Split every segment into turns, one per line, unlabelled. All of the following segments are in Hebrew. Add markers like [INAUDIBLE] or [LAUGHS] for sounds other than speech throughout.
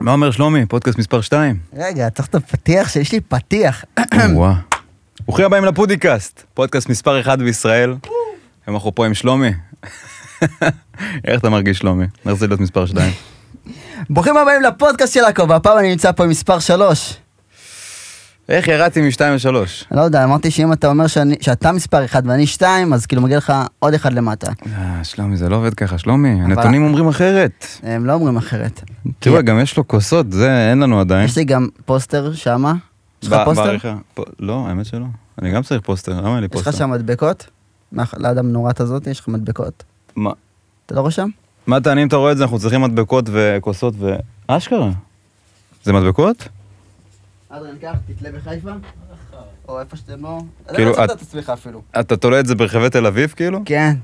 מה אומר שלומי? פודקאסט מספר
[COUGHS]
2.
רגע, צריך את הפתיח שיש לי פתיח. [CLEARS THROAT]
וואו. ברוכים הבאים לפודיקאסט, פודקאסט מספר 1 בישראל. אנחנו פה עם שלומי. [LAUGHS] איך אתה מרגיש שלומי? איך זה להיות מספר
[COUGHS]
2?
ברוכים הבאים לפודקאסט של עכו, והפעם אני נמצא פה עם מספר 3.
איך ירדתי מ-2 ל-3?
לא יודע, אמרתי שאם אתה אומר שאני, שאתה מספר 1 ואני 2, אז כאילו מגיע לך עוד אחד למטה.
שלומי, זה לא עובד ככה, שלומי. הנתונים אומרים אחרת.
הם לא אומרים אחרת.
תראו, גם יש לו כוסות, זה אין לנו עדיין.
יש לי גם פוסטר שמה. יש לך
ב-
פוסטר?
בעריכה. פה- לא, האמת שלא. אני גם צריך פוסטר, למה אין לי
יש לך
פוסטר?
שם מדבקות? מאח- ליד המנורת הזאת יש לך מדבקות.
מה-
אתה לא רושם?
מה טענים אתה רואה את זה? אנחנו צריכים מדבקות וכוסות ו... אשכרה. זה מדבקות?
אדרן, קח, תתלה בחיפה. או איפה שאתם לא...
כאילו, את-
עצמך אפילו.
אתה תולה את זה ברחבי תל אביב כאילו?
כן.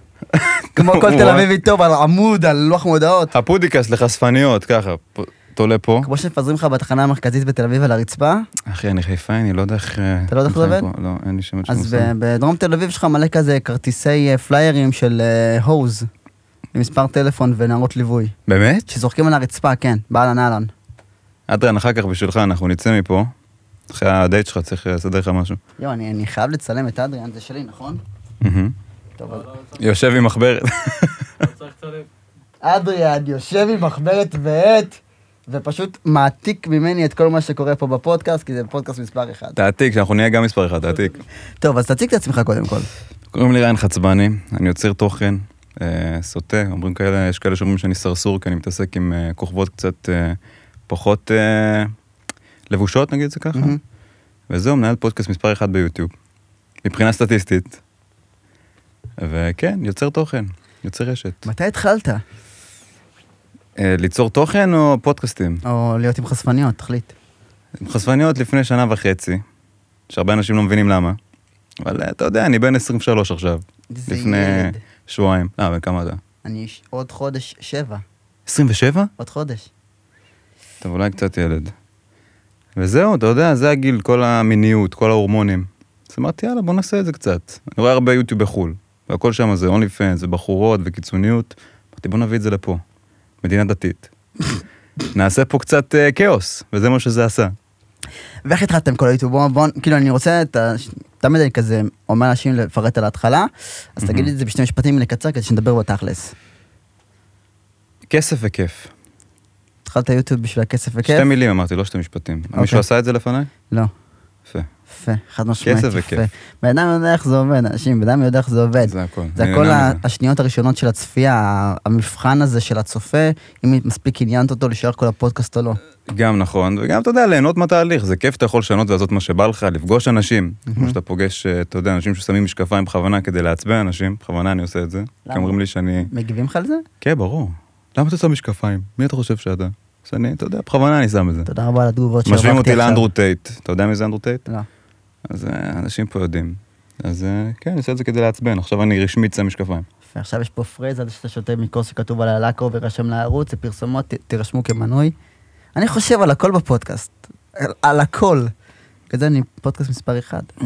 כמו
[LAUGHS]
כל תל
וואי.
אביבי טוב, על עמוד, על לוח מודעות.
הפודיקאסט לחשפניות, ככה, פ- תולה פה.
כמו שמפזרים לך בתחנה המרכזית בתל אביב על הרצפה,
אחי, אני חיפאי, אני לא יודע איך... אה,
אתה לא יודע איך זה
חיים
עובד?
פה. לא, אין לי שם את
אז
שם.
ב- בדרום תל אביב יש לך מלא כזה כרטיסי אה, פליירים של אה, הוז, למספר טלפון ונערות ליווי,
באמת?
שזורקים על הרצפה, כן, באהלן אהלן.
אדרן, אחר כך בשבילך, אנחנו נצא מפה. אחרי הדייט שלך צריך אה, לסדר לך משהו.
יואו, אני אני חייב לצלם את אדריאן, זה שלי, נכון?
מהמם.
טוב, אז-
יושב עם מחברת. [LAUGHS]
אדריאן יושב עם מחברת ועט, ופשוט מעתיק ממני את כל מה שקורה פה בפודקאסט, כי זה פודקאסט מספר אחד.
תעתיק, שאנחנו נהיה גם מספר אחד, תעתיק.
טוב, אז תציג את עצמך קודם כל.
קוראים לי ריין חצבני, אני יוצר תוכן, אה, סוטה, אומרים כאלה, יש כאלה שאומרים שאני סרסור, כי אני מתעסק עם אה, כוכבות קצת אה, פחות אה, לבושות, נגיד זה ככה.
מהמם.
וזהו, מנהל פודקאסט מספר אחת ביוטיוב, מבחינה סטטיסטית. וכן, יוצר תוכן, יוצר רשת.
מתי התחלת?
אה, ליצור תוכן או פודקאסטים?
או להיות עם חשפניות, תחליט.
עם חשפניות לפני שנה וחצי, שהרבה אנשים לא מבינים למה, אבל אה, אתה יודע, אני בן 23 עכשיו,
זה
לפני
ילד.
שבועיים. אה, בן כמה אתה?
אני ש- עוד חודש שבע,
27?
עוד חודש.
אתה אולי קצת ילד. וזהו, אתה יודע, זה הגיל, כל המיניות, כל ההורמונים. אז אמרתי, יאללה, בוא נעשה את זה קצת. אני רואה הרבה יוטיוב בחו"ל, והכל שם זה אונלי פן, זה בחורות וקיצוניות. אמרתי, בוא נביא את זה לפה, מדינה
[LAUGHS]
דתית. נעשה פה קצת אה, כאוס, וזה מה שזה עשה.
ואיך התחלתם כל היוטיוב? בוא, בוא, כאילו אני רוצה, את ה- ש- תמיד אני כזה אומר לאנשים לפרט על ההתחלה, אז תגיד לי את זה בשני משפטים לקצר כדי שנדבר בתכלס.
כסף וכיף.
התחלת יוטיוב בשביל הכסף וכיף?
שתי מילים אמרתי, לא שתי משפטים.
אוקיי.
מישהו עשה את זה לפניי?
לא.
יפה,
יפה, חד משמעית.
כסף
יפה.
וכיף.
בן אדם יודע איך זה עובד, אנשים, בן אדם יודע איך זה עובד.
זה הכל.
זה
אני
הכל
נהנה
ה-
מזה.
השניות הראשונות של הצפייה, ה- המבחן הזה של הצופה, אם מספיק עניינת אותו להישאר כל הפודקאסט או לא.
גם נכון, וגם, אתה יודע, ליהנות מהתהליך, זה כיף, אתה יכול לשנות ולעשות מה שבא לך, לפגוש אנשים, כמו שאתה פוגש, אה, אתה יודע, אנשים ששמים משקפיים בכוונה כדי לעצבן אנשים, בכוונה אני עושה את זה,
למה?
כי אומרים לי שאני...
מגיבים לך על זה?
כן, ברור. למה אתה שם משקפיים? מי אתה חושב שאתה? אז אני, אתה יודע, בכוונה אני שם את זה.
תודה רבה על התגובות שהרווחתי
משווים
עכשיו.
אותי לאנדרו טייט, אתה יודע מי זה אנדרו טייט?
לא.
אז אה, אנשים פה יודעים. אז אה, כן, אני עושה את זה כדי לעצבן, עכשיו אני רשמית שם משקפיים.
ועכשיו יש פה פרייז על זה שאתה שותה מכוס שכתוב על הלאקו ורשם לערוץ, זה פרסומות, ת- תירשמו כמנוי. אני חושב על הכל בפודקאסט, על, על הכל. בגלל זה אני פודקאסט מספר אחד.
Mm,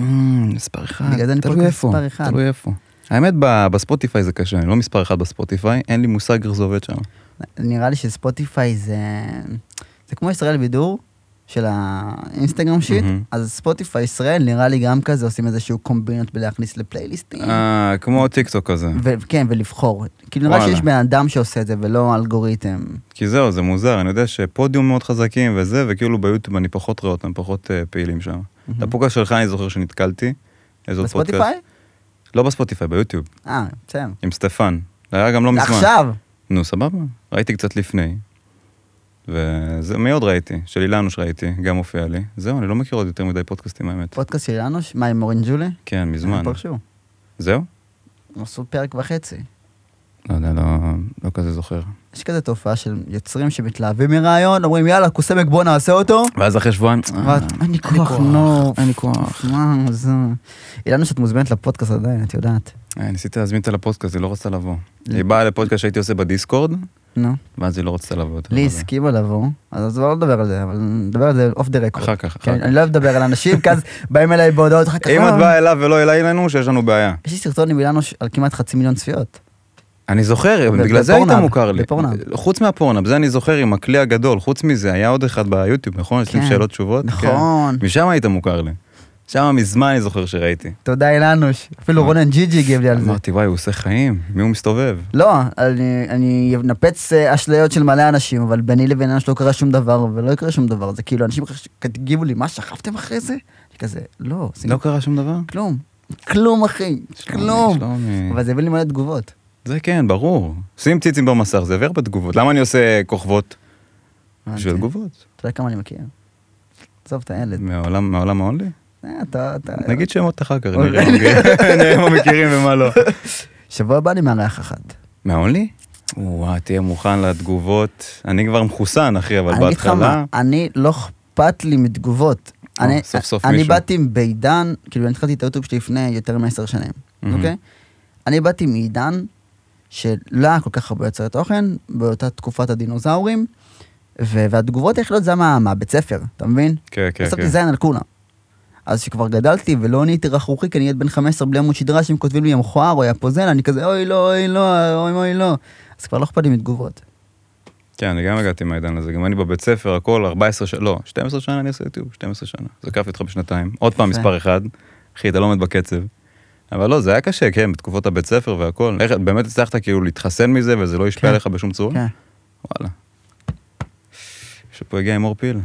מספר אחד,
בגלל זה אני
תלוי
פודקאסט
איפה,
מספר אחד.
תלוי איפה. האמת, ב- בספוטיפיי זה קשה, אני לא מספר אחד בספוטיפיי, אין לי מושג איך זה עובד שם.
נראה לי שספוטיפיי זה... זה כמו ישראל בידור של האינסטגרם שיט,
מהמם.
אז ספוטיפיי ישראל נראה לי גם כזה, עושים איזשהו קומבינות בלהכניס לפלייליסטים.
אה, כמו טיק טוק כזה.
ו- כן, ולבחור. כאילו נראה
וואלה.
שיש בן אדם שעושה את זה ולא אלגוריתם.
כי זהו, זה מוזר, אני יודע שפודיום מאוד חזקים וזה, וכאילו ביוטיוב אני פחות רואה אותם, פחות אה, פעילים שם.
מהמם.
לפוקה שלך אני זוכר שנתקלתי. איזה עוד פודקאסט.
בספוטיפיי?
לא בספוטיפיי, ביוטיוב,
אה, בסדר.
עם סטפן. זה היה גם לא מזמן.
עכשיו!
נו, סבבה, ראיתי קצת לפני. וזה, מי עוד ראיתי? של אילנוש ראיתי, גם הופיע לי. זהו, אני לא מכיר עוד יותר מדי פודקאסטים, האמת.
פודקאסט שלנו, ש- מה עם אורן ג'ולי?
כן, מזמן.
הם פרשו.
זהו?
הם עשו פרק וחצי.
לא יודע, לא, לא כזה זוכר.
יש כזה תופעה של יוצרים שמתלהבים מרעיון, אומרים יאללה, קוסמק בוא נעשה אותו.
ואז אחרי שבועיים...
ואת, אין לי כוח, נו,
אין לי כוח.
מה זה... אילנו שאת מוזמנת לפודקאסט עדיין, את יודעת.
אה, ניסיתי להזמין אותה לפודקאסט, היא לא רצתה לבוא. היא באה לפודקאסט שהייתי עושה בדיסקורד,
נו.
ואז היא לא רצתה לבוא. אתה
לי
יודע.
הסכימה לבוא, אז לא נדבר על זה, אבל נדבר על זה אוף דה רקורד.
אחר כך,
כן,
אחר כך.
אני לא אוהב לדבר על
[LAUGHS]
אנשים, כי אז באים אליי בהודעות אחר כך.
אם
"אה,
את באה אליו ולא אליי לנו, שיש לנו בעיה.
יש לי סרטון עם אילנו ש- על כמעט חצי מיליון צפיות.
אני זוכר,
ב-
בגלל זה היית
בפורנהאב,
מוכר לי.
בפורנהאב.
חוץ מהפורנאב, זה אני זוכר עם הכלי הגדול, חוץ מזה, היה עוד אחד ביוטיוב, נכון? יש לי
כן.
שאלות תשובות?
נכון.
כן. משם היית מוכר לי. שם מזמן אני זוכר שראיתי.
תודה אילנוש. אפילו רונן ג'יג'י הגיב לי על זה.
אמרתי, וואי, הוא עושה חיים, מי הוא מסתובב?
לא, אני, אני אנפץ אה, אשליות של מלא אנשים, אבל ביני לבין אנש לא קרה שום דבר, ולא יקרה שום דבר. זה כאילו, אנשים חש- תגיבו לי, מה, שכבתם אחרי זה? אני כזה, לא, עשינו
לא קרה שום דבר?
כלום. כלום, אחי,
שלומי,
כלום.
שלומי.
אבל זה הביא לי מלא תגובות.
זה כן, ברור. שים ציצים במסך, זה עובר בתגובות. למה אני עושה כוכבות? בשביל
הבנתי.
תגובות.
אתה יודע כמה אני מכיר? עזוב את הילד.
מהעולם מהעולם ההולי?
אה, אתה... אתה-
נגיד שמות אחר כך,
אוקיי.
נראה מה [LAUGHS] מכירים- נראה מה מכירים ומה לא.
שבוע הבא אני מארח אחת.
מההולי? וואי, תהיה מוכן לתגובות. אני כבר מחוסן, אחי, אבל
אני אגיד לך
בהתחלה...
מה, אני לא אכפת לי מתגובות.
או,
אני,
סוף סוף
אני
מישהו.
באתי בעידן, כאילו אני התחלתי את היוטיוב שלי לפני יותר מעשר שנים,
מהמם.
אוקיי? אני באתי מעידן שלא היה כל כך הרבה יוצרי תוכן, באותה תקופת הדינוזאורים, ו- והתגובות היחידות זה היה מה- מהבית ספר, אתה מבין?
כן, כן,
בסוף
כן.
זין על כולם. אז כשכבר גדלתי ולא נהייתי רכרוכי, כי אני ילד בן 15 בלי עמוד שדרה, שאם כותבים לי המכוער או הפוזל, אני כזה אוי לא, אוי לא, אוי אוי לא. אז כבר לא אכפת לי מתגובות.
כן, אני גם הגעתי מהעידן הזה. גם אני בבית ספר, הכל 14 שנה, לא, 12 שנה אני עושה יוטיוב, 12 שנה. זה כף אותך בשנתיים. עוד פעם,
יפה.
מספר אחד. אחי, אתה לא עומד בקצב. אבל לא, זה היה קשה, כן, בתקופות הבית ספר והכל. איך, באמת הצלחת כאילו להתחסן מזה וזה לא
כן.
השפיע עליך בשום צורה?
כן.
וואלה. שפה הגיע עם אור פיל.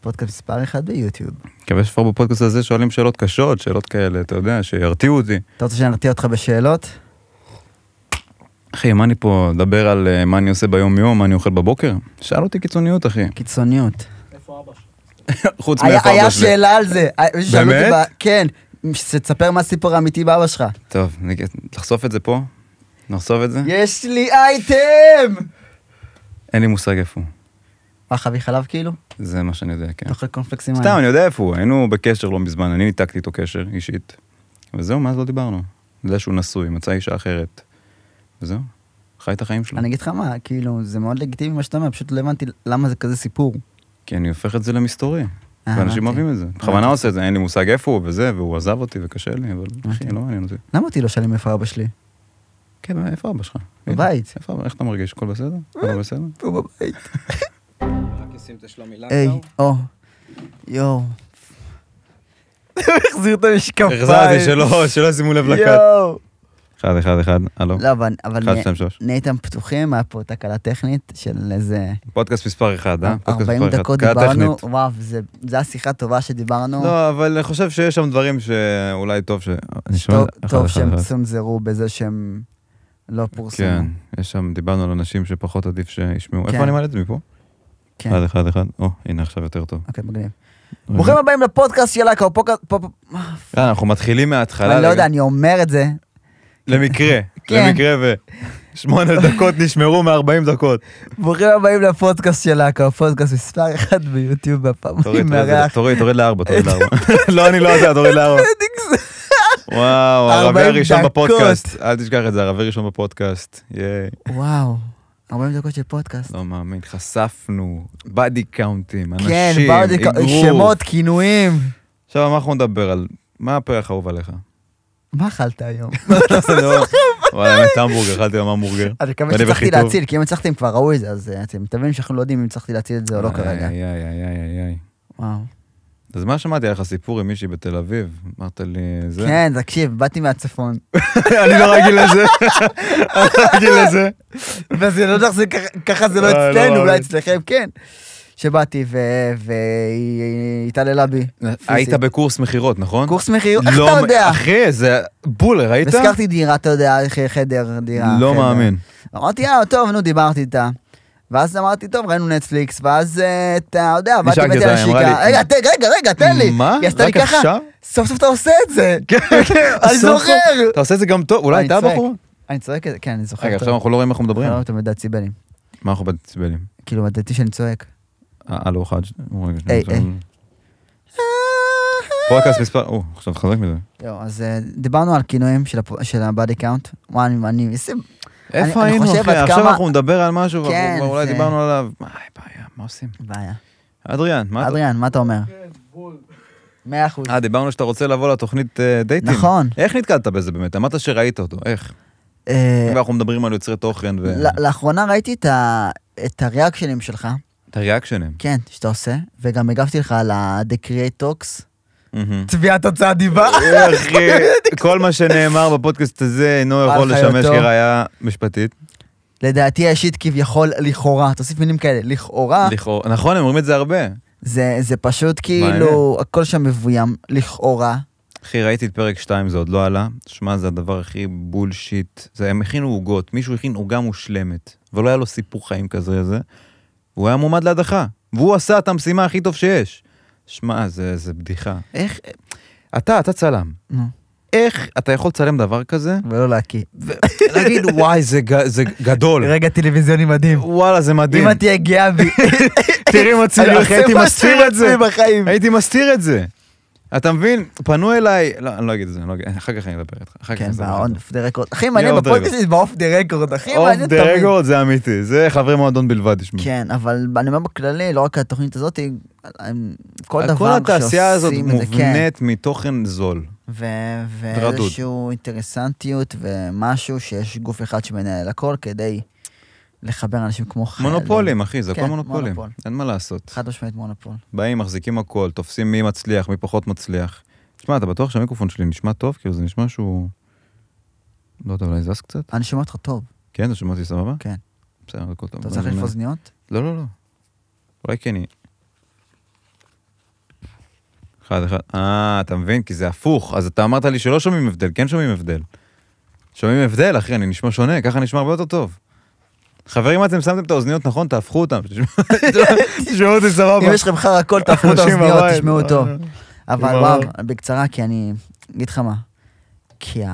פודקאסט מספר אחד ביוטיוב.
מקווה שכבר בפודקאסט הזה שואלים שאלות קשות, שאלות כאלה, אתה יודע, שירתיעו אותי.
אתה רוצה שנרתיע אותך בשאלות?
אחי, מה אני פה, לדבר על אה, מה אני עושה ביום-יום, מה אני אוכל בבוקר? שאל אותי קיצוניות, אחי. [LAUGHS]
קיצוניות.
חוץ
היה-
מאיפה
היה
אבא שלי.
שאלה על זה. אה, מישהו שאל אותי
באמת?
ב- כן. שתספר מה הסיפור האמיתי באבא שלך.
טוב, נגיד, לחשוף את זה פה? נחשוף את זה?
יש לי אייטם!
אין לי מושג איפה הוא.
מה, חבי חלב כאילו?
זה מה שאני יודע, כן.
אתה אוכל קונפלקסים
סתם, אני יודע איפה הוא, היינו בקשר לא מזמן, אני ניתקתי איתו קשר אישית. וזהו, מאז לא דיברנו. אני יודע שהוא נשוי, מצא אישה אחרת. וזהו, חי את החיים שלו.
אני אגיד לך מה, כאילו, זה מאוד לגיטימי מה שאתה אומר, פשוט לא הבנתי למה זה כזה סיפור.
כי אני הופך את זה למסתורי.
אה,
ואנשים
הבנתי.
אוהבים את זה. בכוונה עושה את זה, אין לי מושג איפה הוא וזה, והוא עזב אותי וקשה לי, אבל אחי, לא מעניין אותי.
למה אותי לא שואלים איפה אבא שלי?
כן,
אה,
מה, איפה אבא שלך?
בבית. אה.
איפה אבא? איך אתה מרגיש? הכל בסדר? הכל בסדר?
הוא בבית.
רק נשים את השלומי
היי,
לנדאו.
או. יואו. החזיר את המשקפיים.
החזרתי, שלא, שלא שימו לב לקאט.
יואו.
אחד, אחד, אחד, הלו.
לא, אבל- אבל
אחד,
נה-
שתיים, שלוש.
נהייתם פתוחים, היה פה תקלה טכנית של איזה
פודקאסט מספר אחד, אה? פודקאסט
40
מספר אחד.
דקות
קהה
דיברנו,
טכנית.
וואו, זה- זה השיחה טובה שדיברנו.
לא, אבל אני חושב שיש שם דברים שאולי טוב ש... אני שומע-
טוב-
אחד,
טוב
אחד,
שהם
אחד.
צונזרו בזה שהם לא פורסמו.
כן, יש שם, דיברנו על אנשים שפחות עדיף שישמעו.
כן.
איפה אני מעלה את זה מפה?
כן.
אחד, אחד, אחד. או, הנה עכשיו יותר טוב.
אוקיי, מגניב. ברוכים הבאים לפודקאסט של להקה, או פודקאסט... פו- פו-
אה, אנחנו מתחילים מההתחלה.
אני לא
לג-
יודע, אני אומר את זה.
למקרה,
[LAUGHS] כן.
למקרה ו...
[LAUGHS]
שמונה דקות נשמרו מ-40 דקות.
ברוכים הבאים לפודקאסט של להקה, או פודקאסט מספר אחד ביוטיוב, והפעם אני
תוריד, תוריד,
מארח.
תוריד, תוריד לארבע, תוריד לארבע.
[LAUGHS]
[LAUGHS] לא, אני לא יודע, תוריד לארבע. וואו, הערבי
40
הראשון
דקות.
בפודקאסט. אל תשכח את זה, הערבי ראשון בפודקאסט. ייי.
וואו, 40 דקות של פודקאסט.
לא מאמין, חשפנו, בדי קאונטים,
כן,
אנשים,
באו לי-
אגרוף.
שמות, כינויים.
עכשיו, מה אנחנו נדבר על? מה הפרח האהוב עליך?
[LAUGHS] מה אכלת היום?
אתה [LAUGHS] עושה לאור? וואלה, האמת, המבורגר, אכלתי היום המבורגר.
אני מקווה
ואני
שהצלחתי
בחיטוב.
להציל, כי אם הצלחתי הם כבר ראו את זה, אז אה, אתם מתאמנים שאנחנו לא יודעים אם הצלחתי להציל את זה או
אה,
לא כרגע.
איי, איי, איי, איי, איי.
וואו.
אז מה שמעתי, היה לך סיפור עם מישהי בתל אביב, אמרת לי, זה...
כן, תקשיב, באתי מהצפון.
[LAUGHS] אני לא רגיל לזה. אני לא רגיל לזה.
וזה לא יודע, זה ככה- ככה זה לא
אה, לא
אצלנו, אולי
מאמין.
אצלכם, כן. שבאתי ו- והיא היא התעללה בי.
אה, היית בקורס מכירות, נכון?
קורס מחיר, איך אתה יודע?
אחי, זה בולר, ראית?
הזכרתי דירה, אתה יודע, ח- חדר, דירה.
לא
חדר.
מאמין.
אמרתי, אה, טוב, נו, דיברתי איתה. ואז אמרתי, טוב, ראינו נטפליקס, ואז אה, אתה יודע, באתי
נשקתי
בטן
אותה, היא אמרה
השיקה.
לי-
רגע, ת- רגע, רגע, תן לי.
מה?
היא עשתה לי
רק
ככה, [LAUGHS]
עכשיו?
סוף סוף אתה עושה את זה. אני
סוף סוף.
זוכר.
אתה עושה את זה גם טוב, אולי
אני
הייתה
אה, צועק.
בחורה?
אני צועק את זה, כן, אני זוכר.
רגע,
אותו.
עכשיו אנחנו לא רואים איך אנחנו מדברים.
לא, אתה מדציבלים.
מה אנחנו בדציבלים?
כאילו, מדעתי שאני צועק.
אה, הלו, אחד, ש- רגע,
היי,
שנייה. פודקאסט מספר, או, עכשיו חזק מזה.
זהו, אז אה, דיברנו על כינויים של הפ- של הבאדי קאונט. וואי, אני- אני... איזה-
איפה
אני
היינו,
חושב
אחי?
עד
עכשיו
כמה-
אנחנו נדבר על משהו, ואנחנו
כן,
כבר אולי
זה-
דיברנו עליו. מה הבעיה? מה עושים?
בעיה.
אדריאן, מה אתה...
אדריאן, מה אתה אומר? מאה אחוז.
אה, דיברנו שאתה רוצה לבוא לתוכנית אה, דייטים.
נכון.
איך נתקלת בזה באמת? אמרת שראית אותו, איך?
אה,
ואנחנו מדברים על יוצרי תוכן ו...
ל- לאחרונה ראיתי את ה- את הריאקשנים שלך,
את הריאקשנים.
כן, שאתה עושה, וגם הגבתי לך על ה-The Create Talks. אה.
מהמם.
תביעת הוצאה דיבה.
אחי, כל מה שנאמר בפודקאסט הזה אינו יכול
על חיותו.
לשמש כראיה משפטית.
[LAUGHS] לדעתי האישית כביכול לכאורה, תוסיף מילים כאלה, לכאורה,
לכאורה. נכון, הם אומרים את זה הרבה.
זה זה פשוט כאילו, הכל שם מבוים, לכאורה.
אחי, ראיתי את פרק 2, זה עוד לא עלה. שמע, זה הדבר הכי בולשיט. זה, הם הכינו עוגות, מישהו הכין עוגה מושלמת, ולא היה לו סיפור חיים כזה, זה. הוא היה מועמד להדחה, והוא עשה את המשימה הכי טוב שיש. שמע, זה, זה בדיחה. איך... אתה, אתה צלם.
נו,
איך אתה יכול לצלם דבר
[LAUGHS]
כזה?
ולא להקיא.
להגיד, וואי, זה, ג, זה גדול.
רגע טלוויזיוני מדהים.
וואלה, זה לא. מדהים.
אמא תהיה גאה בי.
[LAUGHS] תראי מה
אני
צילמתי,
עושה
הייתי
משהו
מסתיר את
לעצמי
זה.
בחיים.
הייתי מסתיר את זה. אתה מבין? פנו אליי, לא, אני לא אגיד את זה, אני לא אגיד, אחר כך אני אדבר איתך. אחר כך
כן,
אני אדבר איתך.
באוף דה רקורד. הכי מעניין
off the
בפודקאסט זה באוף דה רקורד, הכי
אוף
מעניין
דה רקורד זה אמיתי, זה חברי מועדון בלבד, תשמע.
כן, אבל אני אומר בכללי, לא רק התוכנית הזאת, כל דבר
כל התעשייה הזאת
שעושים את זה, כן.
מובנית מתוכן זול.
ו-
ורדוד.
ואיזשהו אינטרסנטיות ומשהו שיש גוף אחד שמנהל הכל כדי לחבר אנשים כמו חיילים.
מונופולים, אחי, זה
כן,
הכל מונופולים.
מונופול.
אין מה לעשות.
חד משמעית מונופול.
באים, מחזיקים הכל, תופסים מי מצליח, מי פחות מצליח. תשמע, אתה בטוח שהמיקרופון שלי נשמע טוב? כאילו, זה נשמע שהוא... לא טוב, אולי זז קצת?
אני שומע אותך טוב,
כן, אתה שומע אותי סבבה?
כן.
בסדר, הכל טוב.
אתה צריך
אני-
לקפוץ אוזניות?
לא, לא, לא. אולי כן יהיה. אחד, אחד. אה, אתה מבין? כי זה הפוך. אז אתה אמרת לי שלא שומעים הבדל, כן שומעים הבדל. שומעים הבדל, אחי, אני נשמע שונה, ככה נשמע הרבה יותר טוב. חברים, אתם שמתם את האוזניות נכון, תהפכו [LAUGHS] אותם. תשמעו אותי סבבה.
אם יש לכם חרא הכל, תהפכו את
אנשים
האוזניות,
בבית.
תשמעו טוב. אבל
עם
וואו,
הרעב.
בקצרה, כי אני... אגיד לך מה. כי ה-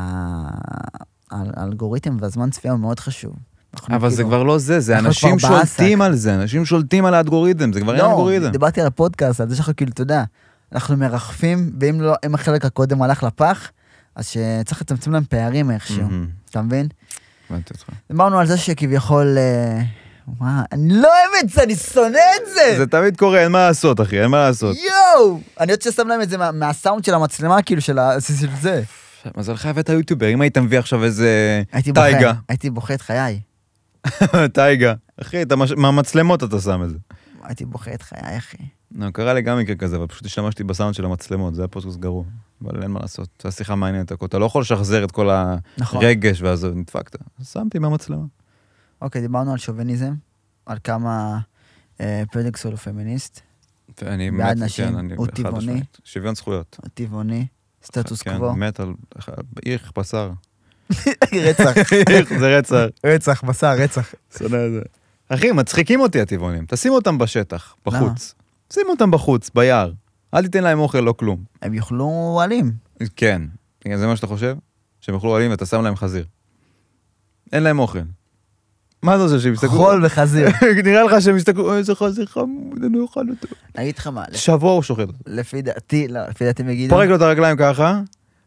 ה- האלגוריתם והזמן צפייה הוא מאוד חשוב. אנחנו
אבל זה
כאילו-
כבר לא זה, זה
אנחנו
אנשים
כבר בעסק.
שולטים על זה, אנשים שולטים על האלגוריתם, זה כבר אין אלגוריתם.
לא, דיברתי על הפודקאסט, על זה שאנחנו כאילו, אתה יודע, אנחנו מרחפים, ואם לא, אם החלק הקודם הלך לפח, אז שצריך לצמצם להם פערים איכשהו,
מהמם,
אתה מבין?
הבנתי אותך.
דיברנו על זה שכביכול, אה, וואו, אני לא אוהב את זה, אני שונא את זה!
זה תמיד קורה, אין מה לעשות, אחי, אין מה לעשות.
יואו! אני עוד ששם להם את זה מה- מהסאונד של המצלמה, כאילו, של ה- של זה.
מזלך הבאת יוטיובר, אם היית מביא עכשיו איזה
הייתי בוכה,
טייגה,
הייתי בוכה את חיי.
[LAUGHS] טייגה. אחי, אתה מש- מהמצלמות אתה שם את זה.
הייתי בוכה את חיי, אחי.
לא, קרה לי גם מקרה כזה, אבל פשוט השתמשתי בסאונד של המצלמות, זה היה פודקאסט גרוע. אבל אין מה לעשות, זו הייתה שיחה מעניינת הכל. אתה לא יכול לשחזר את כל
נכון.
הרגש, ואז נדפקת. אז שמתי מהמצלמה.
אוקיי, דיברנו על שוביניזם, על כמה אה, פדקס הוא פמיניסט,
כן, אני
בעד נשים, הוא
חד
טבעוני.
משמעית. שוויון זכויות.
הוא טבעוני, סטטוס
כן,
קוו.
מת על... איך [LAUGHS] בשר.
[LAUGHS] רצח.
[LAUGHS] איך זה רצח.
רצח, בשר, רצח.
שונא את זה. אחי, מצחיקים אותי הטבעונים. תשים אותם בשטח, בחוץ. שים אותם בחוץ, ביער. אל תיתן להם אוכל, לא כלום.
הם יאכלו עלים.
כן. כן, זה מה שאתה חושב? שהם יאכלו עלים ואתה שם להם חזיר. אין להם אוכל. מה אתה חושב שהם יסתכלו?
חול וחזיר.
[LAUGHS] נראה לך שהם יסתכלו, איזה חזיר חמוד, אני לא אוכל אותו.
אני אגיד לך מה, לפ-
שבוע הוא שוחט אותו.
לפי דעתי, לא, לפי דעתי הם יגידו,
פורק לו את הרגליים ככה,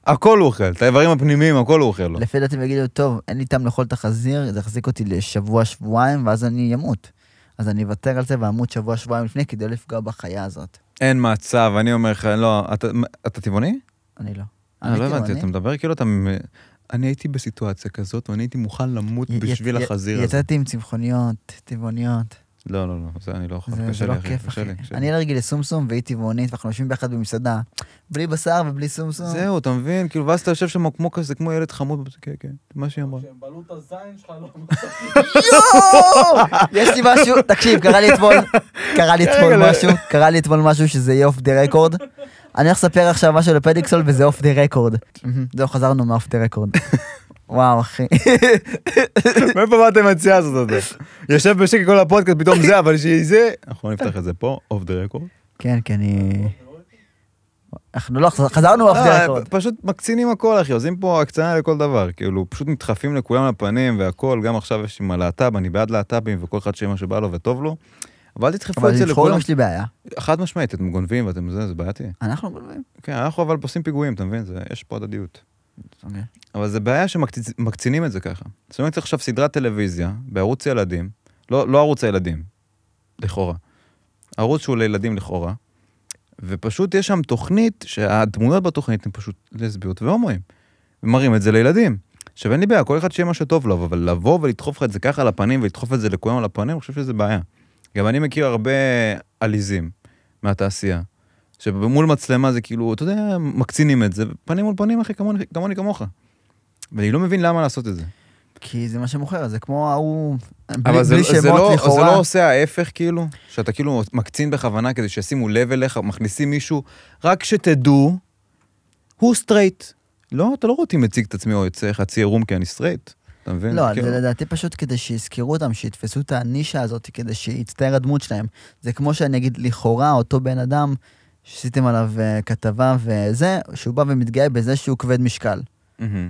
הכל הוא אוכל. את האיברים הפנימיים, הכל הוא אוכל לו.
לפי דעתי הם יגידו, טוב, אין לי טעם לאכול את החזיר, זה יחזיק אותי לשבוע, שבועיים, ואז אני אמות. אז אני אוותר על זה ואמות שבוע, שבועיים לפני, כדי לא לפגוע בחיה הזאת.
אין מצב, אני אומר לך, לא, אתה- אתה טבעוני?
אני לא.
אני לא
הייתי
הבנתי,
עונה.
אתה מדבר כאילו אתה... מ- אני הייתי בסיטואציה כזאת, ואני הייתי מוכן למות
י-
בשביל
י-
החזיר
י-
הזה.
יצאתי עם צמחוניות, טבעוניות.
לא, לא, לא, זה אני לא יכול,
זה-
קשה
זה
לי,
לא
אחי,
כיף,
קשה
אחי.
לי, קשה לי.
אני אלרגי לסומסום והיא טבעונית, ואנחנו יושבים ביחד במסעדה. בלי בשר ובלי סומסום.
זהו, אתה מבין? כאילו, ואז אתה יושב שם כמו כזה, כמו ילד חמוד, כן, כן, מה שהיא אמרה.
כשהם בלעו את הזין שלך, לא...
יואו! יש לי
[LAUGHS]
משהו, תקשיב, קרה לי אתמול, קרה לי
רגע,
אתמול
לא.
משהו, קרה לי אתמול משהו שזה יהיה אוף דה רקורד. אני הולך לספר עכשיו משהו לפדיקסול וזה אוף דה רקורד.
[LAUGHS]
מהמם, זהו, חזרנו מאוף דה רקורד. וואו, אחי.
[LAUGHS] מאיפה באת עם הציעה הזאת? יושב בשקט כל הפודקאסט, פתאום זה, אבל שהיא זה... אנחנו נפתח את זה פה, אוף דה רקורד.
כן, כי אני... אנחנו לא, חזרנו מאוף
אה,
דה רקורד.
פשוט מקצינים הכל, אחי, עושים פה הקצנה לכל דבר. כאילו, פשוט נדחפים לכולם לפנים והכל, גם עכשיו יש עם הלהט"ב, אני בעד להט"בים, וכל אחד שיהיה מה שבא לו וטוב לו. אבל אל תדחפו
אבל
את זה
לבחור
לכולם.
גם יש לי בעיה.
חד משמעית, אתם גונבים ואתם זה, זה בעייתי.
אנחנו גונבים.
כן, אנחנו אבל עושים פיגועים, אתה מבין? זה, יש פה הדדיות.
אוקיי.
אבל זה בעיה שמקצינים את זה ככה. זאת אומרת, צריך עכשיו סדרת טלוויזיה בערוץ ילדים, לא, לא ערוץ הילדים, לכאורה. ערוץ שהוא לילדים לכאורה, ופשוט יש שם תוכנית שהדמויות בתוכנית הן פשוט לסביות והומואים. ומראים את זה לילדים. עכשיו, אין לי בעיה, כל אחד שיהיה מה שטוב לו, אבל לבוא ולדחוף לך את זה ככה על הפנים ולדחוף את זה לכולם על הפנים, אני חושב שזה בעיה. גם אני מכיר הרבה עליזים מהתעשייה, שמול מצלמה זה כאילו, אתה יודע, מקצינים את זה, פנים מול פנים, אחי, כמוני כמוני כמוך. ואני לא מבין למה לעשות את זה.
כי זה מה שמוכר, זה כמו ההוא, בלי
אבל זה,
בלי
זה,
שמות
לא, זה
לכאורה.
לא עושה ההפך, כאילו? שאתה כאילו מקצין בכוונה כדי שישימו לב אליך, מכניסים מישהו, רק שתדעו, הוא סטרייט. לא, אתה לא רואה אותי מציג את עצמי או יוצא חצי עירום כי אני סטרייט. אתה מבין?
לא,
כאילו,
זה לדעתי פשוט כדי שיזכרו אותם, שיתפסו את הנישה הזאת, כדי שיצטער הדמות שלהם. זה כמו שאני אגיד, לכאורה, אותו בן אדם, שעשיתם עליו אה, כתבה וזה, שהוא בא ומתגאה בזה שהוא כבד משקל.
מהמם.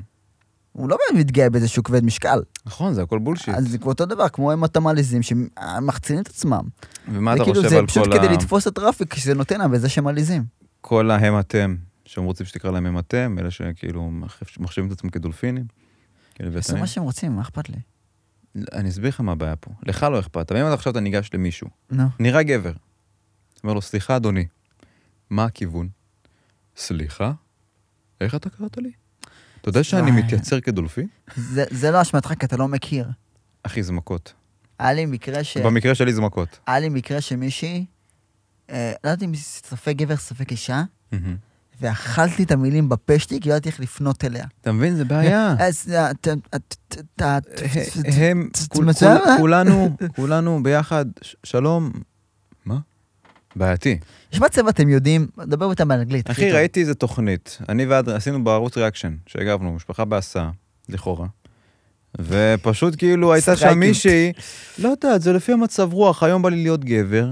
הוא לא באמת מתגאה בזה שהוא כבד משקל.
נכון, זה הכל בולשיט.
אז זה כבר אותו דבר, כמו הם אותם עליזים שמחצינים את עצמם.
ומה אתה
וכאילו,
חושב
זה
על
פשוט
כל,
כדי
ה... כן.
לתפוס את רפיק, שזה נותן להם בזה שהם עליזים.
כל ההם אתם, שהם רוצים שתקרא להם הם אתם, אלה שכאילו מחש- מחשיבים את עצמם כדולפינים? כאילו,
עשו
לוויתנים?
מה שהם רוצים, מה אכפת לי?
אני אסביר לך מה הבעיה פה. לך לא אכפת, אבל אם אתה עכשיו אתה ניגש למישהו,
נו.
נראה גבר. אומר לו, סליחה, אדוני, מה הכיוון? סליחה? איך אתה קראת לי? אתה יודע שאני
וואי.
מתייצר כדולפין?
זה- זה לא אשמתך, כי אתה לא מכיר.
אחי, זה מכות.
היה לי מקרה ש...
במקרה שלי זה מכות.
היה לי מקרה שמישהי, אה, לא יודעת אם ספק גבר, ספק אישה, ואכלתי את המילים בפה שלי, כי לא ידעתי איך לפנות אליה.
אתה מבין? זה בעיה.
אז, אה, ת- ת- ת-
אה,
ת-
הם,
זה
כול-
מצב,
כול-
אה?
כולנו, כולנו ביחד, ש- שלום. מה? בעייתי.
יש מצב אתם יודעים, דבר איתם באנגלית. הכי
אחי,
טוב.
ראיתי איזה תוכנית. אני ואת עשינו בערוץ ריאקשן, שהגבנו, משפחה בהסעה, לכאורה. ופשוט כאילו הייתה שם
סטרייקיות.
מישהי, לא יודעת, זה לפי המצב רוח, היום בא לי להיות גבר,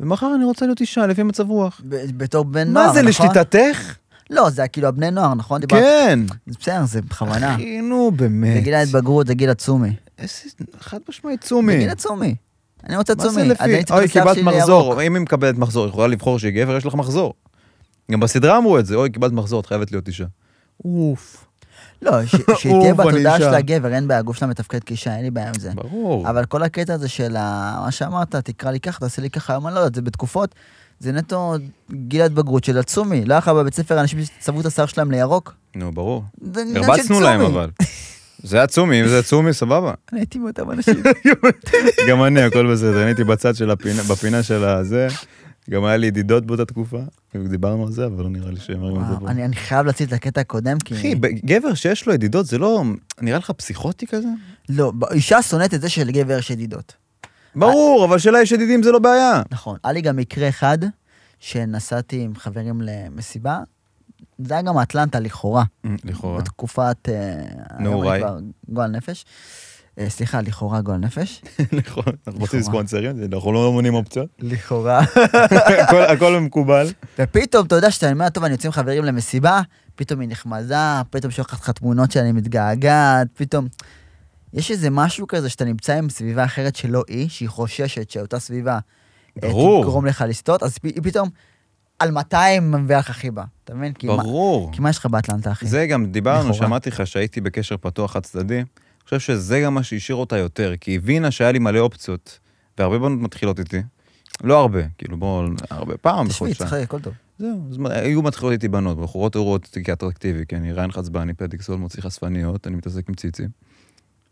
ומחר אני רוצה להיות אישה לפי מצב רוח.
ב- בתור בן נוער,
מה זה,
נכון?
לשליטתך?
לא, זה היה כאילו הבני נוער, נכון? דיברת-
כן.
זה בסדר, זה בכוונה.
אחי, נו,
זה
באמת.
גיל ההתבגרות, זה גיל הצומי.
איזה חד משמעית
זה
צומי.
גיל הצומי. אני רוצה
מה זה
צומי. אז אני
לפי?
צריך
אוי,
את השיער
קיבלת
שלי לירוק.
מחזור. אם היא מקבלת מחזור, היא יכולה לבחור שהיא גבר, יש לך מחזור. גם בסדרה אמרו את זה, אוי, קיבלת מחזור, את חייבת להיות אישה. אוף. [LAUGHS]
לא, ש- שהיא תהיה
אוף, אני
בתודעה
אישה.
של הגבר, אין בעיה, הגוף שלה מתפקד כאישה, אין לי בעיה עם זה.
ברור.
אבל כל הקטע הזה של ה... מה שאמרת, תקרא לי ככה, תעשה לי ככה, היום אני לא יודעת, זה בתקופות, זה נטו גיל התבגרות של הצומי. לא היה לך בבית ספר אנשים שצבעו את השיער שלהם לירוק?
נו, ברור.
זה עניין של
הרבצנו להם
צומי.
אבל. זה היה צומי, אם זה היה צומי, סבבה.
אני הייתי מאותם אנשים.
גם אני, הכל בסדר, אני הייתי בצד של הפינה, בפינה של הזה. גם היה לי ידידות באותה תקופה, דיברנו על זה, אבל לא נראה לי שהם מראים את זה
[LAUGHS] וואו,
פה.
אני אני חייב להציל את הקטע הקודם, כי...
אחי, ב- גבר שיש לו ידידות, זה לא... נראה לך פסיכוטי כזה?
לא, ב- אישה שונאת את זה שלגבר יש ידידות.
ברור, אבל שלה יש ידידים זה לא בעיה.
נכון. היה לי גם מקרה אחד, שנסעתי עם חברים למסיבה, זה היה גם אטלנטה אה, לכאורה.
לכאורה.
בתקופת... אה, היום אני
נעוריי.
כבר גועל נפש. אה, סליחה, לכאורה גועל נפש.
[LAUGHS] נכון, אנחנו רוצים ספונסרים, אנחנו לא מונעים אופציות. [LAUGHS]
לכאורה.
הכל- הכל מקובל.
ופתאום, אתה יודע שאתה אומר, טוב, אני יוצא עם חברים למסיבה, פתאום היא נחמדה, פתאום שולחת לך תמונות שאני מתגעגעת, פתאום... יש איזה משהו כזה שאתה נמצא עם סביבה אחרת שלא היא, שהיא חוששת שאותה סביבה אה,
ברור.
תגרום לך לסטות, אז פ- היא פתאום על 200 מביאה לך חיבה, אתה מבין? כי מה-
ברור.
כי מה יש לך באטלנטה, אחי?
זה גם, דיברנו,
לכאורה.
שמעתי לך שהייתי בקשר פתוח חד צדדי. אני חושב שזה גם מה שהשאיר אותה יותר, כי היא הבינה שהיה לי מלא אופציות, והרבה בנות מתחילות איתי. לא הרבה, כאילו בואו, הרבה, פעם
תשמעי,
בחודשיים.
צריך, הכל טוב.
זהו, אז מה, היו מתחילות איתי בנות, בחורות היו רואות אותי כאטרקטיבי, כי אני ריין חצבני, פדיקסול, מוציא חשפניות, אני מתעסק עם ציצים.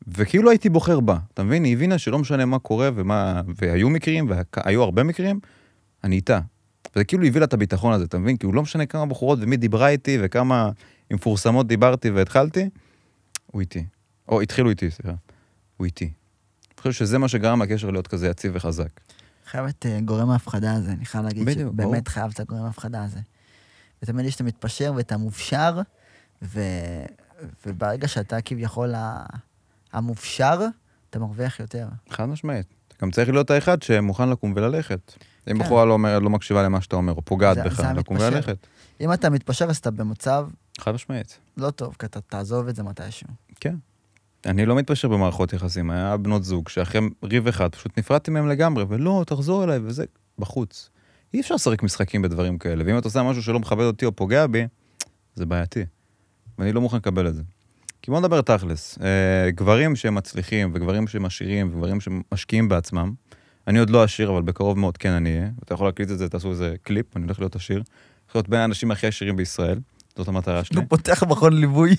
וכאילו הייתי בוחר בה, אתה מבין? היא הבינה שלא משנה מה קורה ומה... והיו מקרים, והיו הרבה מקרים, אני איתה. וזה כאילו הביא לה את הביטחון הזה, אתה מבין? כאילו לא משנה כמה בחורות ומי דיברה איתי וכמה עם מפורסמות דיברתי והתחלתי, הוא איתי. או התחילו איתי, סליחה. הוא איתי. אני חושב שזה מה שגרם לקשר להיות כזה יציב וחזק.
חייב את אה, גורם ההפחדה הזה, אני חייב להגיד
בדיוק, ברור.
שבאמת חייב את הגורם ההפחדה הזה. ותמיד יש את המתפשר ואת המופשר, ו... וברגע שאתה כביכול ה- המופשר, אתה מרוויח יותר.
חד משמעית. אתה גם צריך להיות האחד שמוכן לקום וללכת. אם
כן.
בחורה לא אומרת, לא מקשיבה למה שאתה אומר, או פוגעת
זה-
בך,
זה
לקום
המתפשר.
וללכת.
אם אתה מתפשר, אז אתה במצב
חד משמעית.
לא טוב, כי אתה תעזוב את זה מתישהו.
כן. אני לא מתפשר במערכות יחסים, היה בנות זוג שאחרי ריב אחד פשוט נפרדתי מהם לגמרי, ולא, תחזור אליי וזה, בחוץ. אי אפשר לשחק משחקים בדברים כאלה, ואם את עושה משהו שלא מכבד אותי או פוגע בי, זה בעייתי. ואני לא מוכן לקבל את זה. כי בוא נדבר תכלס. אה, גברים שהם מצליחים, וגברים שהם עשירים, וגברים שמשקיעים בעצמם, אני עוד לא עשיר, אבל בקרוב מאוד כן אני אהיה. אתה יכול להקליט את זה, תעשו איזה קליפ, אני הולך להיות עשיר. הולך להיות בין האנשים הכי עשירים בישראל. זאת המטרה שלי.
הוא פותח מכון ליווי.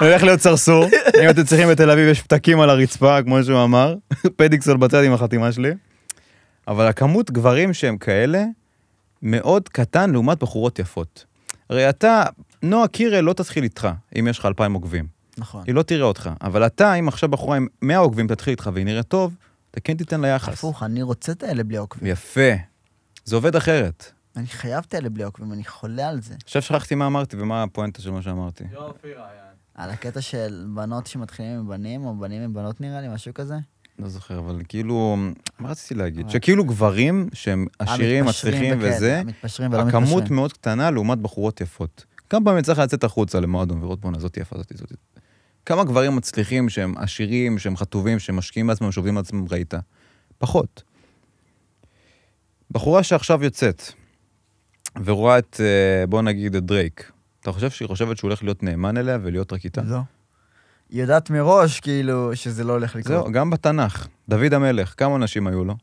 אני הולך להיות סרסור, [LAUGHS] אם אתם צריכים בתל אביב יש פתקים על הרצפה, כמו שהוא אמר, [LAUGHS] פדיקסול בצד עם החתימה שלי. אבל הכמות גברים שהם כאלה, מאוד קטן לעומת בחורות יפות. הרי אתה, נועה קירל לא תתחיל איתך, אם יש לך 2,000 עוקבים. [LAUGHS]
נכון.
היא לא תראה אותך. אבל אתה, אם עכשיו בחורה עם 100 עוקבים תתחיל איתך והיא נראית טוב, אתה כן תיתן לה יחס.
הפוך, אני רוצה את האלה בלי עוקבים.
יפה. זה עובד אחרת.
אני חייב את האלה בלי עוקבים, אני חולה על זה.
עכשיו שכחתי מה אמרתי ומה הפואנטה של מה שאמרתי.
יואו אופירה היה.
על הקטע של בנות שמתחילים עם בנים, או בנים עם בנות נראה לי, משהו כזה.
לא זוכר, אבל כאילו, מה רציתי להגיד? שכאילו גברים שהם
אה,
עשירים,
המתפשרים
מצליחים
וכאלה,
וזה,
המתפשרים ולא
הכמות
מתפשרים.
מאוד קטנה לעומת בחורות יפות. כמה פעמים צריך לצאת החוצה למועדון ולראות בואנה זאתי יפה זאתי זאתי. כמה גברים מצליחים שהם עשירים, שהם חטובים, שהם משקיעים בעצמם, שעובדים על עצמם, ראית? פחות. בחורה שעכשיו יוצאת ורואה את, אה, בוא נגיד, את דרייק, אתה חושב שהיא חושבת שהוא הולך להיות נאמן אליה ולהיות רק איתה?
לא. היא יודעת מראש, כאילו, שזה לא הולך לקרות.
זהו, גם בתנ"ך, דוד המלך, כמה נשים היו לו?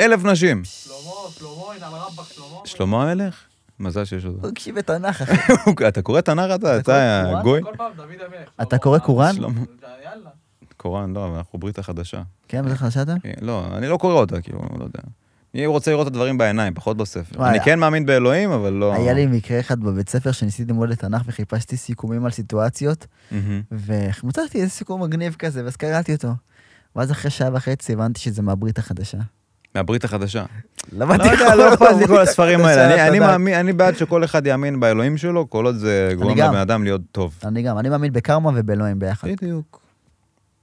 אלף נשים.
שלמה, שלמה, הנה על רבאק, שלמה.
שלמה המלך? מזל שיש
הוא
אותו.
הקשיב לתנ"ך, אחי.
[LAUGHS] אתה קורא תנ"ך אתה?
קורא
אתה
קוראן?
גוי?
כל פעם דוד המלך.
אתה
שלמה,
קורא
אה,
קוראן?
שלמה.
יאללה.
קוראן, לא, אבל אנחנו ברית החדשה.
כן, בטח חשבת?
כן, לא, אני לא קורא אותה, כאילו, לא יודע. אני רוצה לראות את הדברים בעיניים, פחות בספר.
וואי.
אני כן מאמין באלוהים, אבל לא...
היה לי מקרה אחד בבית ספר שניסיתי ללמוד לתנ"ך וחיפשתי סיכומים על סיטואציות,
מהמם.
ומצאתי איזה סיכום מגניב כזה, ואז קראתי אותו. ואז אחרי שעה וחצי הבנתי שזה מהברית החדשה.
מהברית החדשה.
למדתי
לא יודע, לא אכפת לי כל
מהברית
הספרים
החדשה,
האלה.
אתה
אני- אני
יודע.
מאמין, אני בעד שכל אחד יאמין באלוהים שלו, כל עוד זה גורם
גם.
לבן אדם להיות טוב.
אני גם, אני מאמין בקרמה ובאלוהים ביחד.
בדיוק.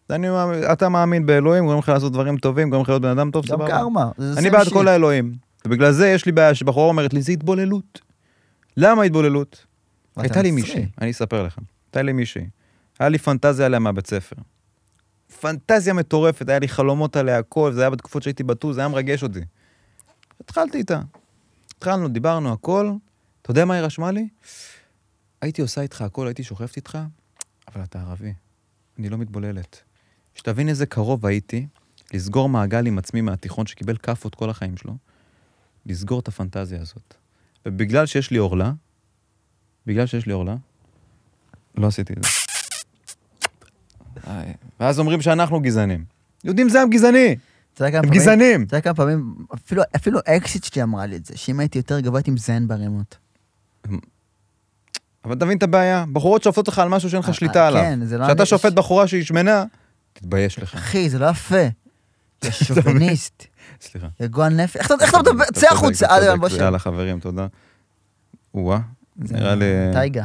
אני מאמין- אתה מאמין באלוהים, גורם לך לעשות דברים טובים, גורם לך להיות בן אדם טוב,
גם
סבבה.
קרמה. זה
אני
נושא
בעד
אישי.
כל האלוהים. ובגלל זה יש לי בעיה שבחורה אומרת לי, זה התבוללות. למה התבוללות?
ואתה
הייתה לי
נוצרי.
מישהי, אני אספר לכם. הייתה לי מישהי. היה לי פנטזיה עליה מהבית ספר. פנטזיה מטורפת, היה לי חלומות עליה, הכל, זה היה בתקופות שהייתי בטוז, זה היה מרגש אותי. התחלתי איתה. התחלנו, דיברנו, הכל. אתה יודע מה היא רשמה לי? הייתי עושה איתך הכל, הייתי שוכבת איתך, אבל אתה ערבי. אני לא מתבוללת. שתבין איזה קרוב הייתי לסגור מעגל עם עצמי מהתיכון שקיבל כאפות כל החיים שלו, לסגור את הפנטזיה הזאת. ובגלל שיש לי עורלה, בגלל שיש לי עורלה, לא עשיתי את זה. איי. ואז אומרים שאנחנו גזענים. יהודים זה עם גזעני,
אתה יודע כמה
הם
פעמים-
גזענים.
אתה יודע כמה פעמים, אפילו- אפילו האקסיט שלי אמרה לי את זה, שאם הייתי יותר גבוה הייתי מזיין ברימות.
אבל תבין את הבעיה, בחורות שופטות אותך על משהו שאין
אה,
לך שליטה עליו.
כן, זה לא
כשאתה
אני-
שופט בחורה שהיא שמנה, תתבייש
[LAUGHS]
לך.
אחי, זה לא
[LAUGHS]
יפה. אתה שוביניסט,
סליחה.
גועל נפש. איך אתה- איך אתה מדבר? צא
צודק,
החוצה,
אתה
עד
צודק.
היום, בוא שם.
יאללה חברים, תודה. או-אה,
זה
נראה לי...
טייגה.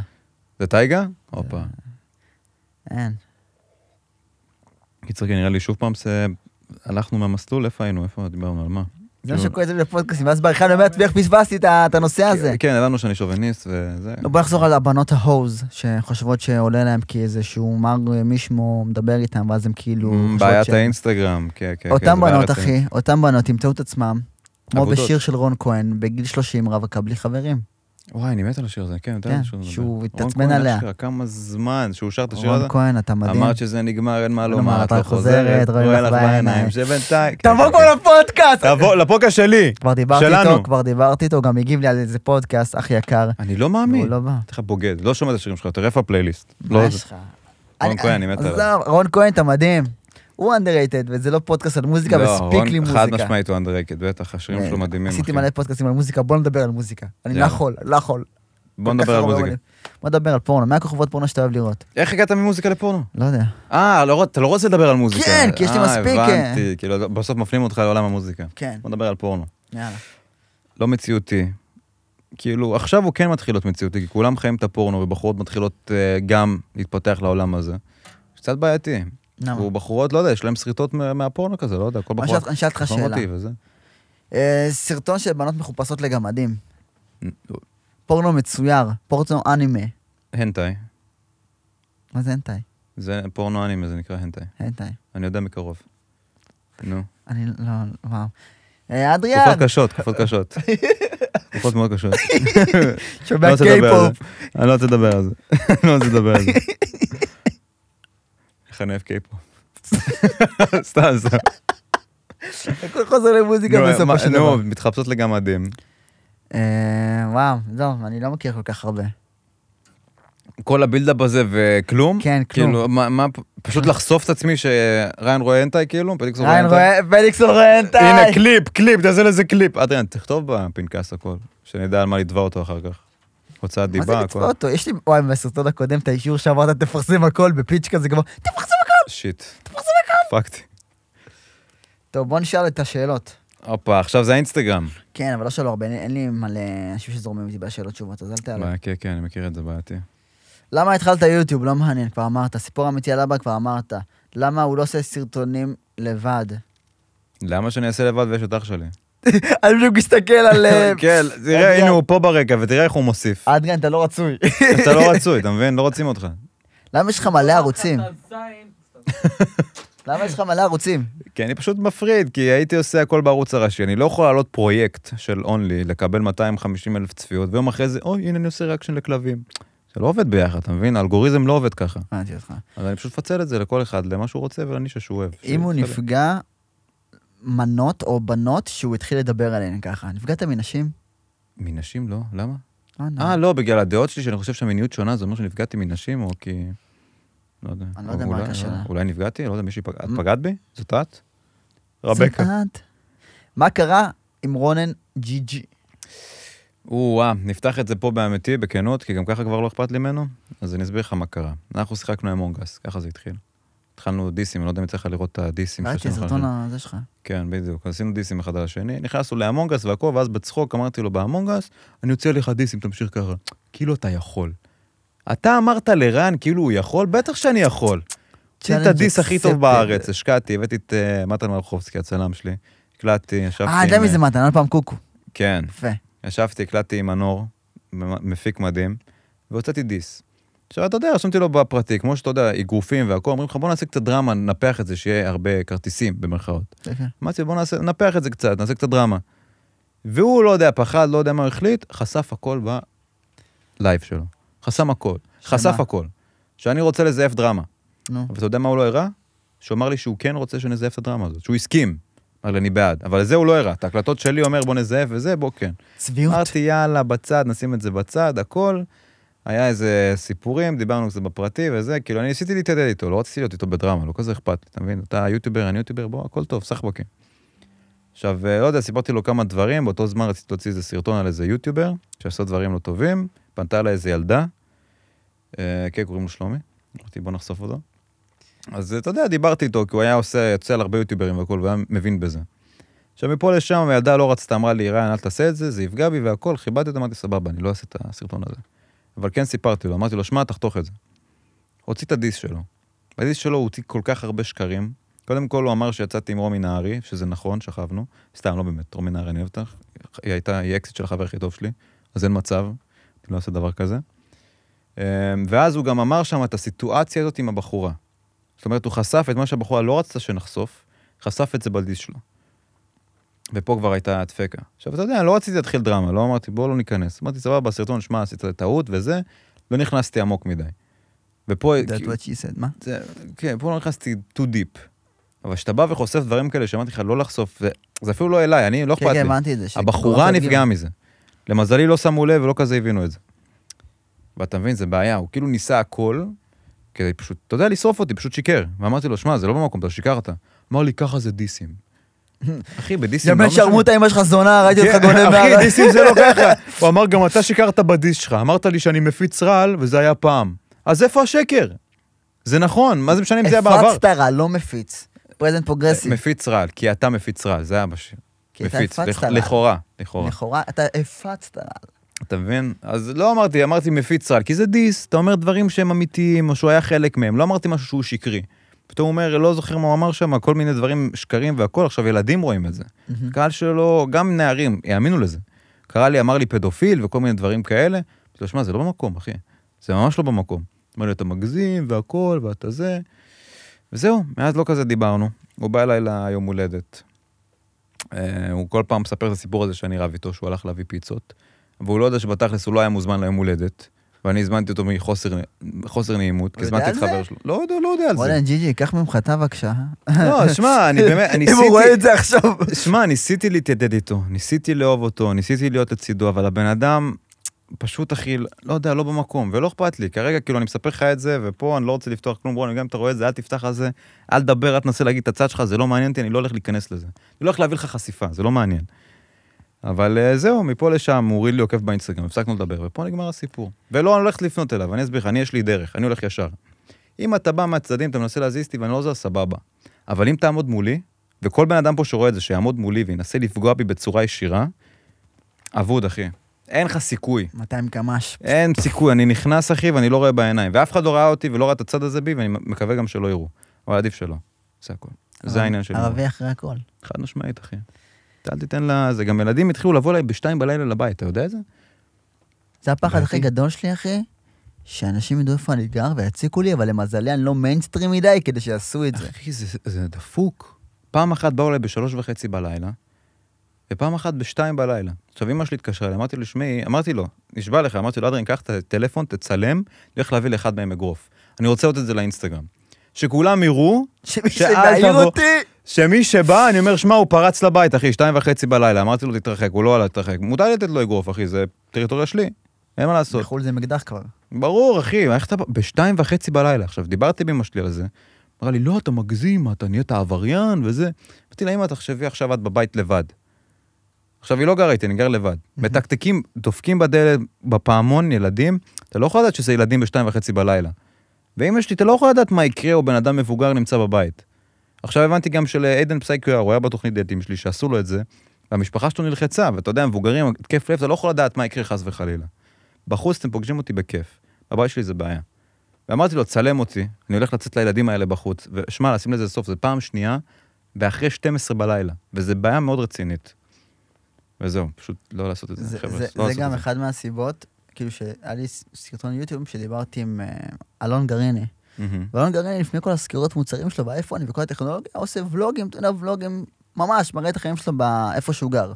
זה טייגה? הופה.
אין.
קיצר, כן, נראה לי שוב פעם זה... הלכנו מהמסלול, איפה היינו? איפה דיברנו? על מה?
זה מה
כאילו-
שקורה אצלי בפודקאסטים, ואז בעריכה אני אומרת, איך פספסתי את ה- את הנושא הזה?
כן, ידענו שאני שוביניסט וזה.
לא, בוא נחזור על הבנות ההוז, שחושבות שעולה להם כי איזשהו מר מישמו מדבר איתם, ואז הם כאילו...
מ,
חושבות
אמ, בעיית
שהם-
האינסטגרם, כן, כן. כן,
אותם
זה בעיה
בנות,
רצינית.
אחי, אותם בנות ימצאו את עצמם, כמו
עבודות.
בשיר של רון כהן, בגיל 30 רווקה בלי חברים.
וואי, אני מת על השיר הזה, כן, אתה
כן,
יודע שהוא...
שהוא
מדבר.
התעצבן
רון כהן,
עליה.
אשכרה, כמה זמן שהוא שר את השיר הזה.
רון כהן, אתה מדהים.
אמרת שזה נגמר, אין מה לומר, את
אתה
לא
חוזרת,
חוזרת,
רואים
רואה
לך
לך
בעיניים.
בעיניים שבינתיים...
תבוא כבר לפודקאסט!
כן, תבוא לפוקה שלי!
כבר דיברתי
שלנו.
איתו, כבר דיברתי איתו, גם הגיב לי על איזה פודקאסט, אח יקר.
אני לא מאמין.
הוא לא בא.
אתה בוגד, לא שומע את השירים שלך, תראה איפה הפלייליסט.
מה
לא
יש
זה.
לך?
רון כהן, אני מת עליו.
עזוב, רון כהן, אתה מדהים. הוא underrated, וזה לא פודקאסט על מוזיקה,
לא,
מספיק
רון
לי מוזיקה. אה,
חד משמעית הוא אנדרקט, בטח, השירים שלו מדהימים,
עשיתי
אחי.
מלא פודקאסטים על מוזיקה, בוא נדבר על מוזיקה. אני לא
יאללה.
יכול, לא יכול.
בוא
כל כך
נדבר על
הרבה
מוזיקה.
אומנים. בוא נדבר על פורנו, מה הכוכבות פורנו שאתה אוהב לראות?
איך הגעת ממוזיקה לפורנו?
לא יודע.
אה, לא, אתה לא רוצה לדבר על מוזיקה.
כן, כי יש לי
אה,
מספיק,
הבנתי, כאילו, בסוף מפנים אותך לעולם המוזיקה.
כן,
בוא נדבר על פורנו.
יאללה.
לא מציאותי. כאילו, עכשיו הוא כן מתחיל להיות מציאותי, כי כולם חיים את הפורנו, ובחורות מתחילות אה, גם להתפתח לעולם הזה. קצת בעייתי.
למה?
ובחורות, לא יודע, יש להם שריטות מה- מהפורנו כזה, לא יודע, כל
מה
בחורה...
שאלת- אני אשאל אותך
תחסום
שאלה.
אותי וזה.
אה, סרטון של בנות מחופשות לגמדים.
נ-
פורנו מצויר, פורנו אנימה.
הנטאי.
מה זה הנטאי?
זה פורנו אנימה, זה נקרא הנטאי.
הנטאי.
אני יודע מקרוב. נו.
אני לא, וואו. אה, אדריאן,
תקופות קשות, תקופות קשות. תקופות מאוד קשות.
שומע
לא רוצה לדבר על
קיי-פופ.
זה. אני לא רוצה לדבר על זה. [LAUGHS] אני לא רוצה לדבר
[LAUGHS]
על זה. איך אני אוהב קיי-פופ. [LAUGHS] סתם, סתם.
הכל חוזר למוזיקה
נו, אה,
בסופו
מה-
של
נו,
דבר.
מתחפשות לגמדים.
אה, וואו, לא, אני לא מכיר כל כך הרבה.
כל הבילדאפ הזה וכלום?
כן, כלום. אה.
כאילו, מה, מה, פשוט לחשוף את עצמי שריין רואה אנטאי כאילו? פליקס רואה
ריין
אנטאי?
רואה, פליקס אורנטאי.
הנה קליפ, קליפ, תעשה לזה קליפ. אדריאן, תכתוב בפנקס הכל, שנדע על מה לתבע אותו אחר כך. הוצאת
מה זה
דיבה,
לצפות
הכל.
אותו? יש לי, וואי, בסרטון הקודם, את האישור שאמרת, תפרסם הכל בפיץ' כזה גבוה. תפרסם הכל!
שיט. פאקתי.
טוב, בוא נשאל את השאלות.
הופה, עכשיו זה האינסטגרם.
כן, אבל לא שאלו הרבה, אין- אין לי מלא אנשים שזורמים איתי בשאלות תשובות, אז אל תעלה.
בעיה, כן, כן, אני מכיר את זה, בעייתי.
למה התחלת יוטיוב? לא מעניין, כבר אמרת. סיפור אמיתי על אבא, כבר אמרת. למה הוא לא עושה סרטונים לבד? [LAUGHS]
למה שאני אעשה לבד ויש את אח שלי?
אני בדיוק מסתכל על... אה,
כן, תראה,
אדריאן.
הנה הוא פה ברקע, ותראה איך הוא
[LAUGHS]
מוסיף.
אדגן, אתה לא רצוי.
אתה לא רצוי, אתה מבין? לא רוצים אותך.
למה יש לך מלא ערוצים?
אתה זין.
למה יש לך מלא ערוצים?
כי אני פשוט מפריד, כי הייתי עושה הכל בערוץ הראשי. אני לא יכול להעלות פרויקט של אונלי, לקבל 250 אלף צפיות, ויום אחרי זה, אוי, הנה אני עושה ריאקשן לכלבים. זה לא עובד ביחד, אתה מבין? האלגוריתם לא עובד ככה.
הבנתי אותך.
אז אני פשוט מפצל את זה לכל אחד, למה שהוא רוצה ולנישה שהוא אוהב.
אם הוא
בסדר.
נפגע מנות או בנות שהוא התחיל לדבר עליהן ככה, נפגעת מנשים?
מנשים לא? למה?
לא יודע.
אה, לא, בגלל הדעות שלי, שאני חושב שהמיניות שונה, זה אומר שנפגעתי מנשים, או כי... לא יודע.
אני לא יודע
או
מה
אולי-
הייתה השאלה.
אולי נפגעתי? לא יודע, מישהי פגעת.
מ- אה?
פגעת בי? זאת את?
זה
רבקה.
את. מה קרה עם רונן ג'י ג'י?
או, וואה, נפתח את זה פה באמיתי, בכנות, כי גם ככה כבר לא אכפת לי ממנו, אז אני אסביר לך מה קרה. אנחנו שיחקנו עם אונגס, ככה זה התחיל. התחלנו דיסים, אני לא יודע אם יצא לך לראות את הדיסים.
ראיתי
שעשינו
את
אחד
הסרטון
לשני.
הזה שלך.
כן, בדיוק. אז עשינו דיסים אחד על השני, נכנסנו לאמונגס והכל, ואז בצחוק אמרתי לו, באמונגס, אני אוציא עליך דיסים, תמשיך ככה. כאילו אתה יכול. אתה אמרת לרן, כאילו הוא יכול, בטח שאני יכול. עשיתי את הדיס הכי טוב בארץ, השקעתי, הבאתי את אה, מתן מלחובסקי, הצלם שלי. הקלטתי, ישבתי...
אה, אני יודע
עם,
מי זה מתן, עוד פעם קוקו.
כן.
יפה.
ישבתי, הקלטתי עם מנור, מ- מפיק מדהים, והוצאתי דיס. עכשיו, אתה יודע, רשמתי לו בפרטי, כמו שאתה יודע, אגרופים והכל, אומרים לך, בוא נעשה קצת דרמה, נפח את זה, שיהיה הרבה כרטיסים, במרכאות.
יפה.
אמרתי, בוא נעשה, נפח את זה קצת, נעשה קצת דרמה. והוא, לא יודע, פחד, לא יודע מה הוא החליט, חשף הכל בלייב שלו. חסם הכל.
שמה?
חשף הכל. שאני רוצה לזייף דרמה.
נו.
אבל אתה יודע מה הוא לא הראה? שהוא אמר לי שהוא כן רוצה שנזייף את הדרמה הזאת, שהוא הסכים. אמר לי, אני בעד. אבל זה הוא לא הראה. את ההקלטות שלי אומר, בוא נזייף וזה, בוא כן.
צביעות.
אמרתי, יאללה, בצד, נשים את זה בצד, הכל. היה איזה סיפורים, דיברנו קצת בפרטי וזה, כאילו, אני ניסיתי להתעדד איתו, לא רציתי להיות איתו בדרמה, לא כזה אכפת לי, אתה מבין? אתה יוטיובר, אני יוטיובר, בוא, הכל טוב, סחבקים. עכשיו, אה, לא יודע, סיפרתי לו כמה דברים, באותו זמן רציתי להוציא איזה סרטון על איזה יוטיובר, שעשה דברים לא טובים, פנתה אליי איזה ילדה, אה, כן, קוראים לו שלומי, אמרתי, בוא נחשוף אותו. אז אה, אתה יודע, דיברתי איתו, כי הוא היה עושה, יוצא על הרבה יוטיוברים והכל, והוא היה מבין בזה. עכשיו, מפה לשם, הילדה לא רצתה, אמרה לי, רן, אל תעשה את זה, זה יפגע בי והכל, כיבדתי אותה, אמרתי, סבבה, אני לא אעשה את הסרטון הזה. אבל כן סיפרתי לו, אמרתי לו, שמע, תחתוך את זה. הוציא את הדיס שלו. בדיס שלו הוא הוציא כל כך הרבה שקרים. קודם כל הוא אמר שיצאתי עם רומי נהרי, שזה נכון, שכבנו. סתם, לא באמת, רומי נהרי, אני אוהב אותך. היא הייתה, היא אקזיט של החבר הכי טוב שלי, אז אין מצב, אני לא אעשה דבר כזה. אמ, ואז הוא גם אמר שם את הסיטואציה הזאת עם הבחורה. זאת אומרת, הוא חשף את מה שהבחורה לא רצתה שנחשוף, חשף את זה בדיס שלו. ופה כבר הייתה דפקה. עכשיו, אתה יודע, לא רציתי להתחיל דרמה, לא אמרתי, בואו לא ניכנס. אמרתי, סבבה, בסרטון, שמע, עשית טעות וזה, לא נכנסתי עמוק מדי. ופה...
That's what she said, מה?
זה, כן, פה לא נכנסתי too deep. אבל כשאתה בא וחושף דברים כאלה שאמרתי לך לא לחשוף, זה, זה אפילו לא אליי, אני, לא
כן,
אכפת
כן,
לי.
הבנתי את זה. שזה
הבחורה
קורה
נפגעה מזה. למזלי לא שמו לב ולא כזה הבינו את זה. ואתה מבין, זה בעיה, הוא כאילו ניסה הכל, כדי פשוט, אתה יודע, לשרוף אותי, פשוט שיקר. ואמרתי לו, שמע, זה לא במקום, אתה שיקרת. אמר לי, ככה זה דיסים.
[LAUGHS]
אחי, בדיסים...
גם
לא
בן
משנה.
שרמוטה, אמא שלך זונה, ראיתי אותך גונב
כן, אחי,
מהר.
דיסים
[LAUGHS]
זה לא ככה. הוא אמר, גם אתה שיקרת בדיס שלך. אמרת לי שאני מפיץ רעל, וזה היה פעם. אז איפה השקר? זה נכון, מה זה משנה אם זה היה בעבר?
הפצת רע, לא מפיץ. פרזנט פרוגרסיב.
מפיץ רעל, כי אתה מפיץ רעל, זה היה בשיר.
כי אתה
מפיץ,
הפצת
לכ-
רעל.
לכאורה, לכאורה.
לכאורה, אתה הפצת רע.
אתה מבין? אז לא אמרתי, אמרתי מפיץ רעל, כי זה דיס, אתה אומר דברים שהם אמיתיים, או שהוא היה חלק מהם, לא אמרתי משהו שהוא שקרי. פתאום הוא אומר, לא זוכר מה הוא אמר שם, כל מיני דברים, שקרים והכל, עכשיו ילדים רואים את זה. קהל שלו, גם נערים, יאמינו לזה. קרא לי, אמר לי פדופיל וכל מיני דברים כאלה. אמרתי לו, שמע, זה לא במקום, אחי. זה ממש לא במקום. אמר לי, אתה מגזים והכל, ואתה זה. וזהו, מאז לא כזה דיברנו. הוא בא אליי ליום הולדת. אה, הוא כל פעם מספר את הסיפור הזה שאני רב איתו, שהוא הלך להביא פיצות. והוא לא יודע שבתכלס הוא לא היה מוזמן ליום הולדת. ואני הזמנתי אותו מחוסר חוסר נעימות, כי
הוא יודע
הזמנתי את
על זה?
חבר שלו. לא יודע, לא יודע על זה.
רולן ג'י ג'י, קח ממך אתה בבקשה.
לא, שמע, אני באמת, אני
[LAUGHS] אם
ניסיתי...
הוא רואה את זה עכשיו.
שמע, ניסיתי להתיידד איתו, ניסיתי לאהוב אותו, ניסיתי להיות לצידו, אבל הבן אדם, פשוט אחי, לא יודע, לא במקום, ולא אכפת לי. כרגע, כאילו, אני מספר לך את זה, ופה אני לא רוצה לפתוח כלום, בוא, גם אם אתה רואה את זה, אל תפתח על זה, אל תדבר, אל תנסה להגיד את הצד שלך, זה לא מעניין אותי, אני לא הולך להיכנס לזה. אני לא הולך להביא לך חשיפה, זה לא מעניין. אבל אה, זהו, מפה לשם, הוא הוריד לי עוקף באינסטגרם, הפסקנו לדבר, ופה נגמר הסיפור. ולא, אני הולך לפנות אליו, אני אסביר לך, אני יש לי דרך, אני הולך ישר. אם אתה בא מהצדדים, אתה מנסה להזיז אותי ואני לא זז, סבבה. אבל אם תעמוד מולי, וכל בן אדם פה שרואה את זה, שיעמוד מולי וינסה לפגוע בי בצורה ישירה, אבוד, אחי. אין לך סיכוי.
200 קמ"ש.
אין סיכוי, אני נכנס, אחי, ואני לא רואה בעיניים. ואף אחד לא ראה אותי ולא ראה את הצד הזה בי, ואני מקווה גם שלא יראו. אבל עדיף שלא. זה הכול. זה העניין שלי.
ערבי אחרי הכל.
חד משמעית, אחי. אתה אל תיתן לה... זה גם ילדים התחילו לבוא אליי בשתיים בלילה לבית, אתה יודע את זה?
זה הפחד
והכי-
הכי גדול שלי, אחי, שאנשים ידעו איפה אני גר ויציקו לי, אבל למזלי אני לא מיינסטרים מדי כדי שיעשו את זה.
[LAUGHS] אחי, זה, זה דפוק. פעם אחת באו אליי בשלוש וחצי בלילה, ופעם אחת בשתיים בלילה. עכשיו, אמא שלי התקשרה אליי, אמרתי לו, שמעי, אמרתי לו, נשבע לך, אמרתי לו, אדרין, קח את הטלפון, תצלם, אני הולך להביא לאחד מהם אגרוף. אני רוצה לראות את זה לאינסטגרם. שכולם יראו
שמי
שאל
שמעיר
תבוא.
אותי!
שמי שבא, אני אומר, שמע, הוא פרץ לבית, אחי, שתיים וחצי בלילה. אמרתי לו, תתרחק, הוא לא עלה, תתרחק. מותר לתת לו אגרוף, אחי, זה טריטוריה שלי, אין מה לעשות.
בחו"ל זה מקדח כבר.
ברור, אחי, איך אתה... בא- בשתיים וחצי בלילה. עכשיו, דיברתי עם אמא שלי על זה. אמרה לי, לא, אתה מגזים, מה, אתה נהיית עבריין וזה. אמרתי לה, אמא, תחשבי עכשיו את בבית לבד. עכשיו, היא לא גרה איתי, אני גר לבד. מתקתקים, דופקים בדלת, בפעמון, ילדים, אתה לא יכול לדעת שזה ילדים בשתיים וחצי בלילה. ואמא שלי, אתה לא יכול לדעת מה יקרה, או בן אדם מבוגר נמצא בבית. עכשיו הבנתי גם שלעדן פסייקויר, הוא היה בתוכנית דייטים שלי, שעשו לו את זה, והמשפחה שלו נלחצה, ואתה יודע, מבוגרים, התקף לב, אתה לא יכול לדעת מה יקרה חס וחלילה. בחוץ אתם פוגשים אותי בכיף. בבית שלי זה בעיה. ואמרתי לו, צלם אותי, אני הולך לצאת לילדים האלה בחוץ. ושמע, לשים לזה סוף, זה פעם שנייה, ואחרי 12 בלילה, וזו בעיה מאוד רצינית. וזהו, פשוט לא לעשות את זה,
זה-
חבר'ה.
זה-
לא
זה
לעשות
גם
את
אחד מהסיבות, כאילו שהיה לי ס- סרטון יוטיוב שדיברתי עם אה, אלון גריני.
מהמם.
ואלון גרני לפני כל הסקירות מוצרים שלו באייפון וכל הטכנולוגיה, עושה ולוגים, אתה יודע, ולוגים, ממש, מראה את החיים שלו באיפה שהוא גר,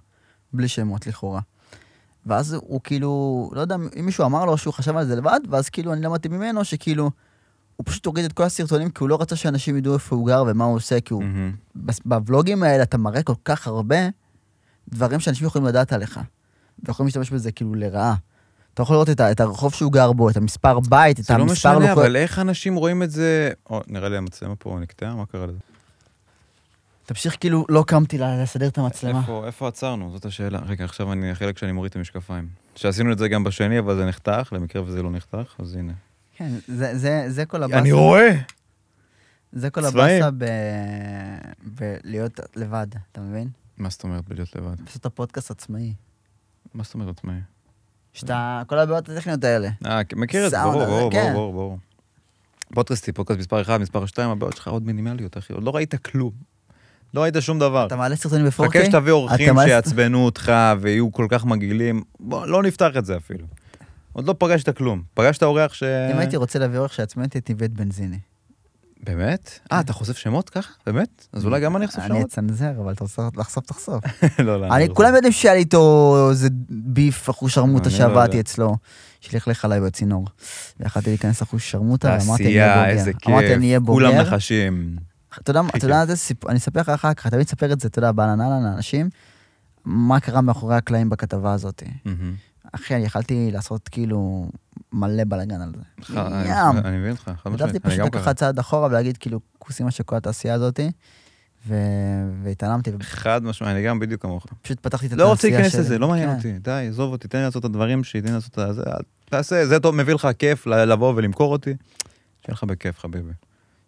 בלי שמות לכאורה. ואז הוא כאילו, לא יודע אם מישהו אמר לו שהוא חשב על זה לבד, ואז כאילו אני למדתי ממנו שכאילו, הוא פשוט הוריד את כל הסרטונים כי הוא לא רצה שאנשים ידעו איפה הוא גר ומה הוא עושה, כי הוא,
מהמם.
בס- בוולוגים האלה אתה מראה כל כך הרבה דברים שאנשים יכולים לדעת עליך, ויכולים להשתמש בזה כאילו לרעה. אתה יכול לראות את ה- את הרחוב שהוא גר בו, את המספר בית, את
זה לא
המספר
משנה,
לוקו-
אבל איך אנשים רואים את זה... או, נראה לי המצלמה פה נקטעה, מה קרה לזה?
תמשיך כאילו, לא קמתי לה- לסדר את המצלמה.
איפה- איפה עצרנו? זאת השאלה. רגע, עכשיו אני החלק שאני מוריד את המשקפיים. שעשינו את זה גם בשני, אבל זה נחתך, למקרה וזה לא נחתך, אז הנה.
כן, זה, זה, זה כל הבאסה.
אני רואה!
זה כל
צבעים.
הבאסה ב... בלהיות לבד, אתה מבין?
מה זאת אומרת בלהיות לבד?
לעשות הפודקאסט עצמאי.
מה זאת אומרת עצמאי?
שאתה, כל הבעיות הטכניות האלה.
אה, מכיר את זה,
סאונד
ברור,
הזה,
ברור,
כן.
ברור, ברור, ברור. פודקאסטי, פודקאסט מספר 1, מספר 2, הבעיות שלך עוד מינימליות, אחי. עוד לא ראית כלום. לא ראית שום דבר.
אתה מעלה סרטונים ב-4K?
חכה שתביא אורחים
אוקיי. אתה מעלה-
שיעצבנו אותך ויהיו כל כך מגעילים. בוא, לא נפתח את זה אפילו. עוד לא פגשת כלום. פגשת אורח ש...
אם הייתי רוצה להביא אורך שעצמאי, הייתי מביא את בנזיני.
באמת? אה, אתה חושף שמות ככה? באמת? אז אולי גם אני אחשוף
אני
שמות? [LAUGHS]
אצנזר, אבל אתה רוצה לחשוף, תחשוף.
לא, לא,
אני,
לא
כולם
חושף.
יודעים שהיה לי איתו איזה ביף, אחושרמוטה
אני לא
שעבדתי
יודע.
אצלו, שלכלך עליי בצינור. ויכלתי להיכנס לאחושרמוטה, ואמרתי, אני אהיה
תעשייה,
בוגר.
איזה
אמרתי, אני אהיה
כיף.
בוגר.
כולם נחשים.
אתה יודע, אתה יודע, זה סיפור, אני אספר לך אחר כך, תמיד אספר את זה, אתה יודע, באהלן אהלן לאנשים, מה קרה מאחורי הקלעים בכתבה הזאת.
מהמם.
אחי, אני יכלתי לעשות כאילו מלא בלאגן על זה.
ח- אני-
ים.
אני מבין אותך, אה, חד
העדפתי
משמעית. אני
פשוט
גם ככה.
לקחת צעד אחורה ולהגיד כאילו, כוס אימא של כל התעשייה הזאת, ו- והתעלמתי,
חד משמעית, אני גם בדיוק כמוך.
ופשוט פתחתי את התעשייה
לא רוצה להיכנס
שלי.
לזה, לא מעניין
כן.
אותי. די, עזוב אותי, תן לי לעשות את הדברים שלי, תן לי לעשות את זה. אל- תעשה, זה טוב, מביא לך כיף ל- לבוא ולמכור אותי. שיהיה לך בכיף, חביבי.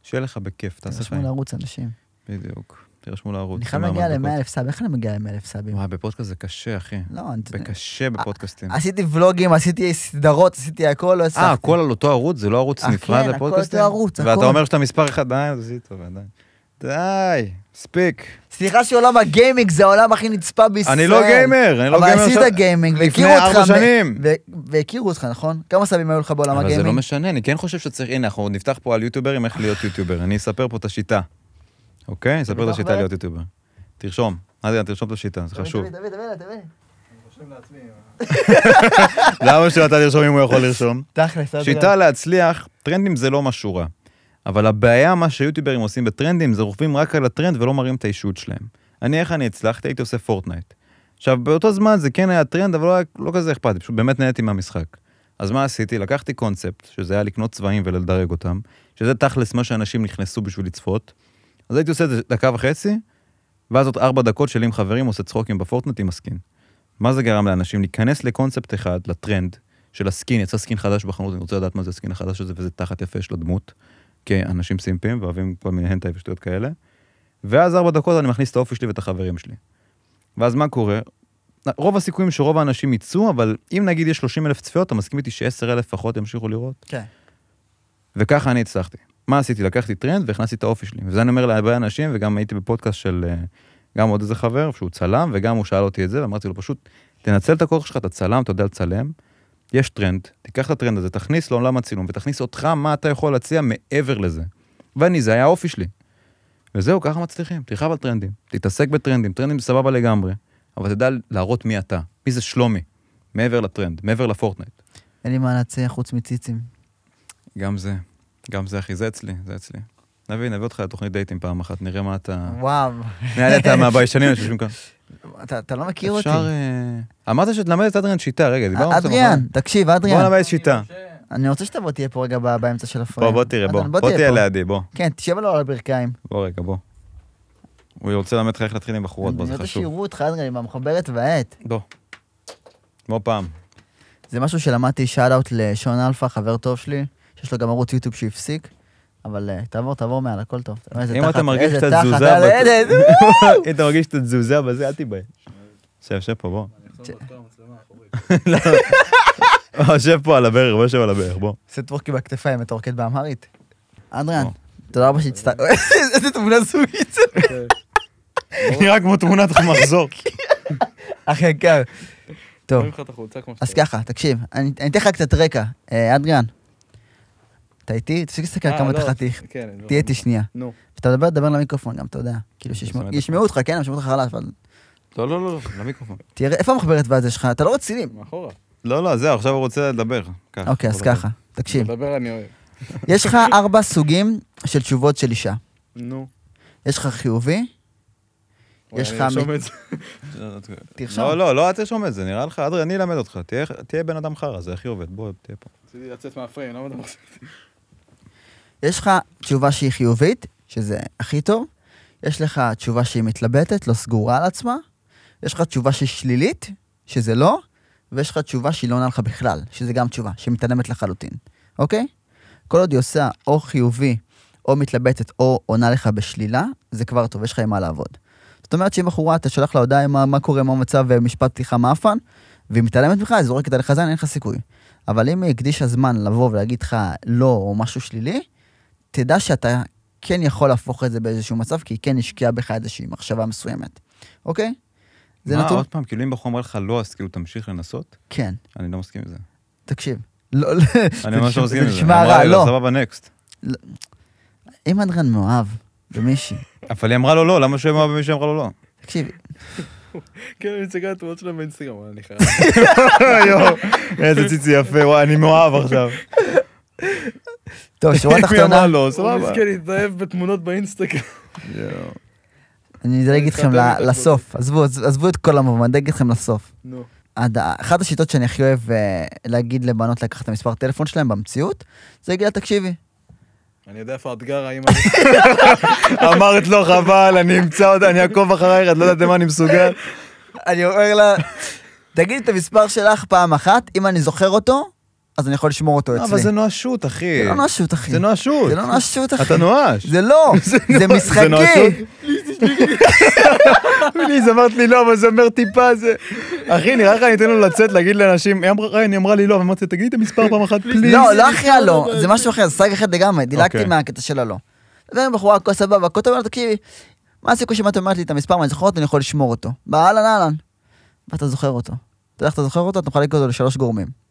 שיהיה לך בכיף, תעשה
תרשמו
חיים.
לערוץ אנשים.
בדיוק. תירשמו לערוץ.
אני חייב
זה
להגיע
מהמדבקות.
ל-100 אלף סאבים, איך אני מגיע ל-100 אלף סאבים?
וואי, בפודקאסט זה קשה, אחי.
לא, אני-
זה קשה בפודקאסטים.
עשיתי ולוגים, עשיתי סדרות, עשיתי הכל, לא אה, הצלחתי.
אה, הכל על אותו ערוץ? זה לא ערוץ
אה,
נפרד
כן, הכל
לפודקאסטים?
אותו ערוץ, הכל.
ואתה אומר שאתה מספר אחד, די, זה טוב, די. די, מספיק.
סליחה שעולם הגיימינג זה העולם הכי נצפה בישראל.
אני לא גיימר, אני לא גיימר
אבל
עכשיו.
עשית גיימינג,
לפני
והכירו אותך.
ארבע
ב-
שנים.
ו- והכירו אותך, נכון? כמה סבים היו לך בעולם
אבל זה לא
הגיימינג?
משנה, אני כן חושב שצריך, הנה, אנחנו עוד נפתח פה על יוטיוברים, איך להיות יוטיובר. אני אספר פה את השיטה. אוקיי? אספר את
בטח,
השיטה
בטח.
להיות יוטיובר. תרשום. אדיה, תרשום את השיטה, זה חשוב.
תביא, תביא, תביא, תביא.
אני חושב לעצמי,
למה שלא אתה תרשום אם הוא יכול לרשום?
תכלס, אל תדאג.
שיטה להצליח, טרנדים זה לא משהו רע. אבל הבעיה, מה שיוטיוברים עושים בטרנדים, זה רוכבים רק על הטרנד ולא מראים את האישיות שלהם. אני, איך אני הצלחתי? הייתי עושה פורטנייט. עכשיו, באותו זמן זה כן היה טרנד, אבל לא, היה, לא כזה אכפת לי, פשוט באמת נהניתי מהמשחק. אז מה עשיתי? לקחתי קונספט, שזה היה לקנות צבעים ולדרג אותם, שזה תכלס מה שאנשים נכנסו בשביל לצפות. אז הייתי עושה את זה דקה וחצי, ואז עוד ארבע דקות שלי עם חברים עושה צחוקים בפורטנט עם הסקין. מה זה גרם לאנשים? להיכנס לקונספט אחד, לטרנד של הסקין, יצא סקין חדש בחנות, אני רוצה לדעת מה זה הסקין החדש הזה, וזה תחת יפה של הדמות, כי אנשים סימפים ואוהבים כל מיני הנטאי ושטויות כאלה. ואז ארבע דקות אני מכניס את האופי שלי ואת החברים שלי. ואז מה קורה? רוב הסיכויים שרוב האנשים יצאו, אבל אם נגיד יש 30 אלף צפיות, אתה מסכים איתי ש-10 אלף פחות ימשיכו לראות?
כן.
וככה אני הצלחתי. מה עשיתי? לקחתי טרנד והכנסתי את האופי שלי. וזה אני אומר להרבה אנשים, וגם הייתי בפודקאסט של אה, גם עוד איזה חבר, שהוא צלם, וגם הוא שאל אותי את זה, ואמרתי לו, פשוט תנצל את הכוח שלך, אתה צלם, אתה יודע לצלם, יש טרנד, תיקח את הטרנד הזה, תכניס לעולם הצילום, ותכניס אותך, מה אתה יכול להציע מעבר לזה. ואני, זה היה האופי שלי. וזהו, ככה מצליחים, תרחב על טרנדים, תתעסק בטרנדים, טרנדים סבבה לגמרי, אבל תדע להראות מי אתה, מי זה שלומי, מעבר לטרנד, מעבר לפורטנייט.
אין לי מה להציע חוץ מציצים.
גם זה, גם זה אחי, זה אצלי, זה אצלי. נביא, נביא אותך לתוכנית דייטים פעם אחת, נראה מה [LAUGHS] אתה...
וואו,
נראה אתה מהביישנים שיושבים כאן.
אתה- אתה לא מכיר אותי.
אפשר... אה, אמרת שתלמד את אדריאן שיטה, רגע, דיברנו על זה.
אדריאן,
נכון?
תקשיב,
בוא
אדריאן.
נלמד שיטה.
אני רוצה שאתה בוא תהיה פה רגע ב- באמצע של הפריים.
בוא, בוא תראה, בוא.
אדריאן,
בוא תהיה
פה.
לידי, בוא.
כן, תשב לו על הברכיים.
בוא רגע, בוא. הוא רוצה ללמד אותך איך להתחיל עם בחורות, בוא,
אני
זה
רוצה
חשוב.
שיראו אותך אדריאן עם המחברת והעט.
בוא. כמו פעם.
זה משהו שלמדתי שאט אאוט לשון אלפא, חבר טוב שלי, שיש לו גם ערוץ יוטיוב שהפסיק, אבל אה, תעבור, תעבור מעל, הכל טוב. איזה
אם
תחת,
אתה מרגיש
איזה
את
תחת,
התזוזה...
אה,
בת- [LAUGHS]
איזה-
אם אתה מרגיש את התזוזה בזה, אל תיבהל. שב, שב פה, בוא. בוא, לא. [LAUGHS] שב פה על הברך, בוא שב על הברך, בוא.
[LAUGHS] עושה טוורקי בכתפיים, אתה רוקד באמהרית. אדריאן,
או.
תודה
[LAUGHS]
רבה שהצטרפת. איזה תמונה זוגית. [LAUGHS]
נראה כמו תמונת מחזור.
אחי יקר. טוב, אז ככה, תקשיב, אני אני אתן לך קצת רקע. אה, אדריאן, אתה איתי? תפסיק להסתכל כן,
אה,
אה,
כמה
לא.
לא,
אתה חתיך.
כן,
כן,
תהיה איתי שנייה.
נו.
כשאתה מדבר, תדבר למיקרופון גם, אתה יודע. כאילו
שומע את
שישמעו אותך, כן, הם שומעים אותך חלש, אבל...
[LAUGHS] לא, לא, לא, למיקרופון.
תראה, איפה המחברת ואז יש לך? אתה לא רציני.
מאחורה.
לא, לא, זהו, עכשיו הוא רוצה לדבר. ככה.
אוקיי, אז
בוא, בוא.
ככה, תקשיב.
לדבר אני אוהב.
יש לך ארבע סוגים של תשובות של אישה.
נו.
יש לך חיובי,
וואי,
יש
אני
לך
ארשום
מ-
[LAUGHS] את זה.
תרשום.
לא, לא, לא, אל תרשום את זה, נראה לך, אדרי, אני אלמד אותך, תהיה- תהיה בן אדם חרא, זה הכי עובד, בוא, תהיה פה.
רציתי לצאת מהפריים, למה אתה מחזיק? [LAUGHS]
יש לך תשובה שהיא חיובית, שזה הכי טוב, יש לך תשובה שהיא מתלבטת, לא סגורה על עצמה, יש לך תשובה שהיא שלילית, שזה לא, ויש לך תשובה שהיא לא עונה לך בכלל, שזה גם תשובה, שמתעלמת לחלוטין, אוקיי? כל עוד היא עושה או חיובי, או מתלבטת, או עונה לך בשלילה, זה כבר טוב, יש לך עם מה לעבוד. זאת אומרת שאם בחורה, אתה שולח לה הודעה מה, מה קורה, מה המצב, ומשפט פתיחה מאפן, והיא מתעלמת ממך, אז זורקת עליך זין, אין לך סיכוי. אבל אם היא הקדישה זמן לבוא ולהגיד לך לא, או משהו שלילי, תדע שאתה כן יכול להפוך את זה באיזשהו מצב, כי היא כן השקיעה בך איזושהי מחשבה מסוימת, אוקיי? זה
מה,
נתון?
עוד פעם, כאילו אם בחור אומר לך לא, אז כאילו תמשיך לנסות?
כן,
אני לא מסכים עם זה.
תקשיב. לא, לא,
אני ממש
נשמע-
לא מסכים עם זה.
זה נשמע רע,
היא אמרה לי,
לא.
סבבה, נקסט.
אם אדרן מאוהב במישהי,
אבל היא אמרה לו לא, למה שהוא אמר במי שאמרה לו לא?
תקשיב,
כן, אני מציגה את התמונות שלה באינסטגרם, אבל
[LAUGHS]
אני חייב.
[LAUGHS] [LAUGHS] יואו, איזה ציצי יפה, וואי, אני מאוהב [LAUGHS] עכשיו.
טוב, [LAUGHS] שורה
מי
תחתונה,
אמר לא,
הוא
סבבה.
מסכן התאהב בתמונות באינסטגרם.
יואו.
אני אדלג איתכם
התחתן
ל-
איתך,
לסוף, עזבו עזבו את כל המובן, אני אדלג איתכם לסוף.
[LAUGHS] נו.
עד ה- אחת השיטות שאני הכי אוהב אה, להגיד לבנות לקחת את המספר טלפון שלהם במציאות, זה להגיד לה, תקשיבי,
אני יודע איפה את גרה, אם אני...
אמרת לא, חבל, אני אמצא אותה, אני אעקוב אחרייך, את לא יודעת למה אני מסוגל.
אני אומר [LAUGHS] לה, תגידי את המספר שלך פעם אחת, אם אני זוכר אותו, אז אני יכול לשמור אותו אצלי.
לא, אבל זה נואשות, אחי.
לא, זה לא נואשות, אחי.
זה נואשות.
זה לא נואשות, אחי.
אתה נואש.
[LAUGHS] זה לא, זה
נוע- זה
משחקי.
נואשות? [LAUGHS] פליז, אמרת לי לא, אבל זה אומר טיפה, זה... אחי, נראה לך אני אתן לו לצאת, להגיד לאנשים, היא אמרה, היא אמרה לי לא, ואמרתי, תגידי את המספר פעם אחת, פליז.
לא, לא אחרי הלא, זה משהו אחר, זה סייג אחר לגמרי, דילגתי
אוקיי.
מהקטע של הלא. דבר עם בחורה, הכל סבבה, הכל טוב, אבל תקשיבי, מה הסיכוי שאת אומרת לי את המספר, מה אני זוכר אותו, אני יכול לשמור אותו. באהלן אהלן. ואתה זוכר אותו. אתה יודע איך אתה זוכר אותו, אתה מחלק אותו לשלוש גורמים.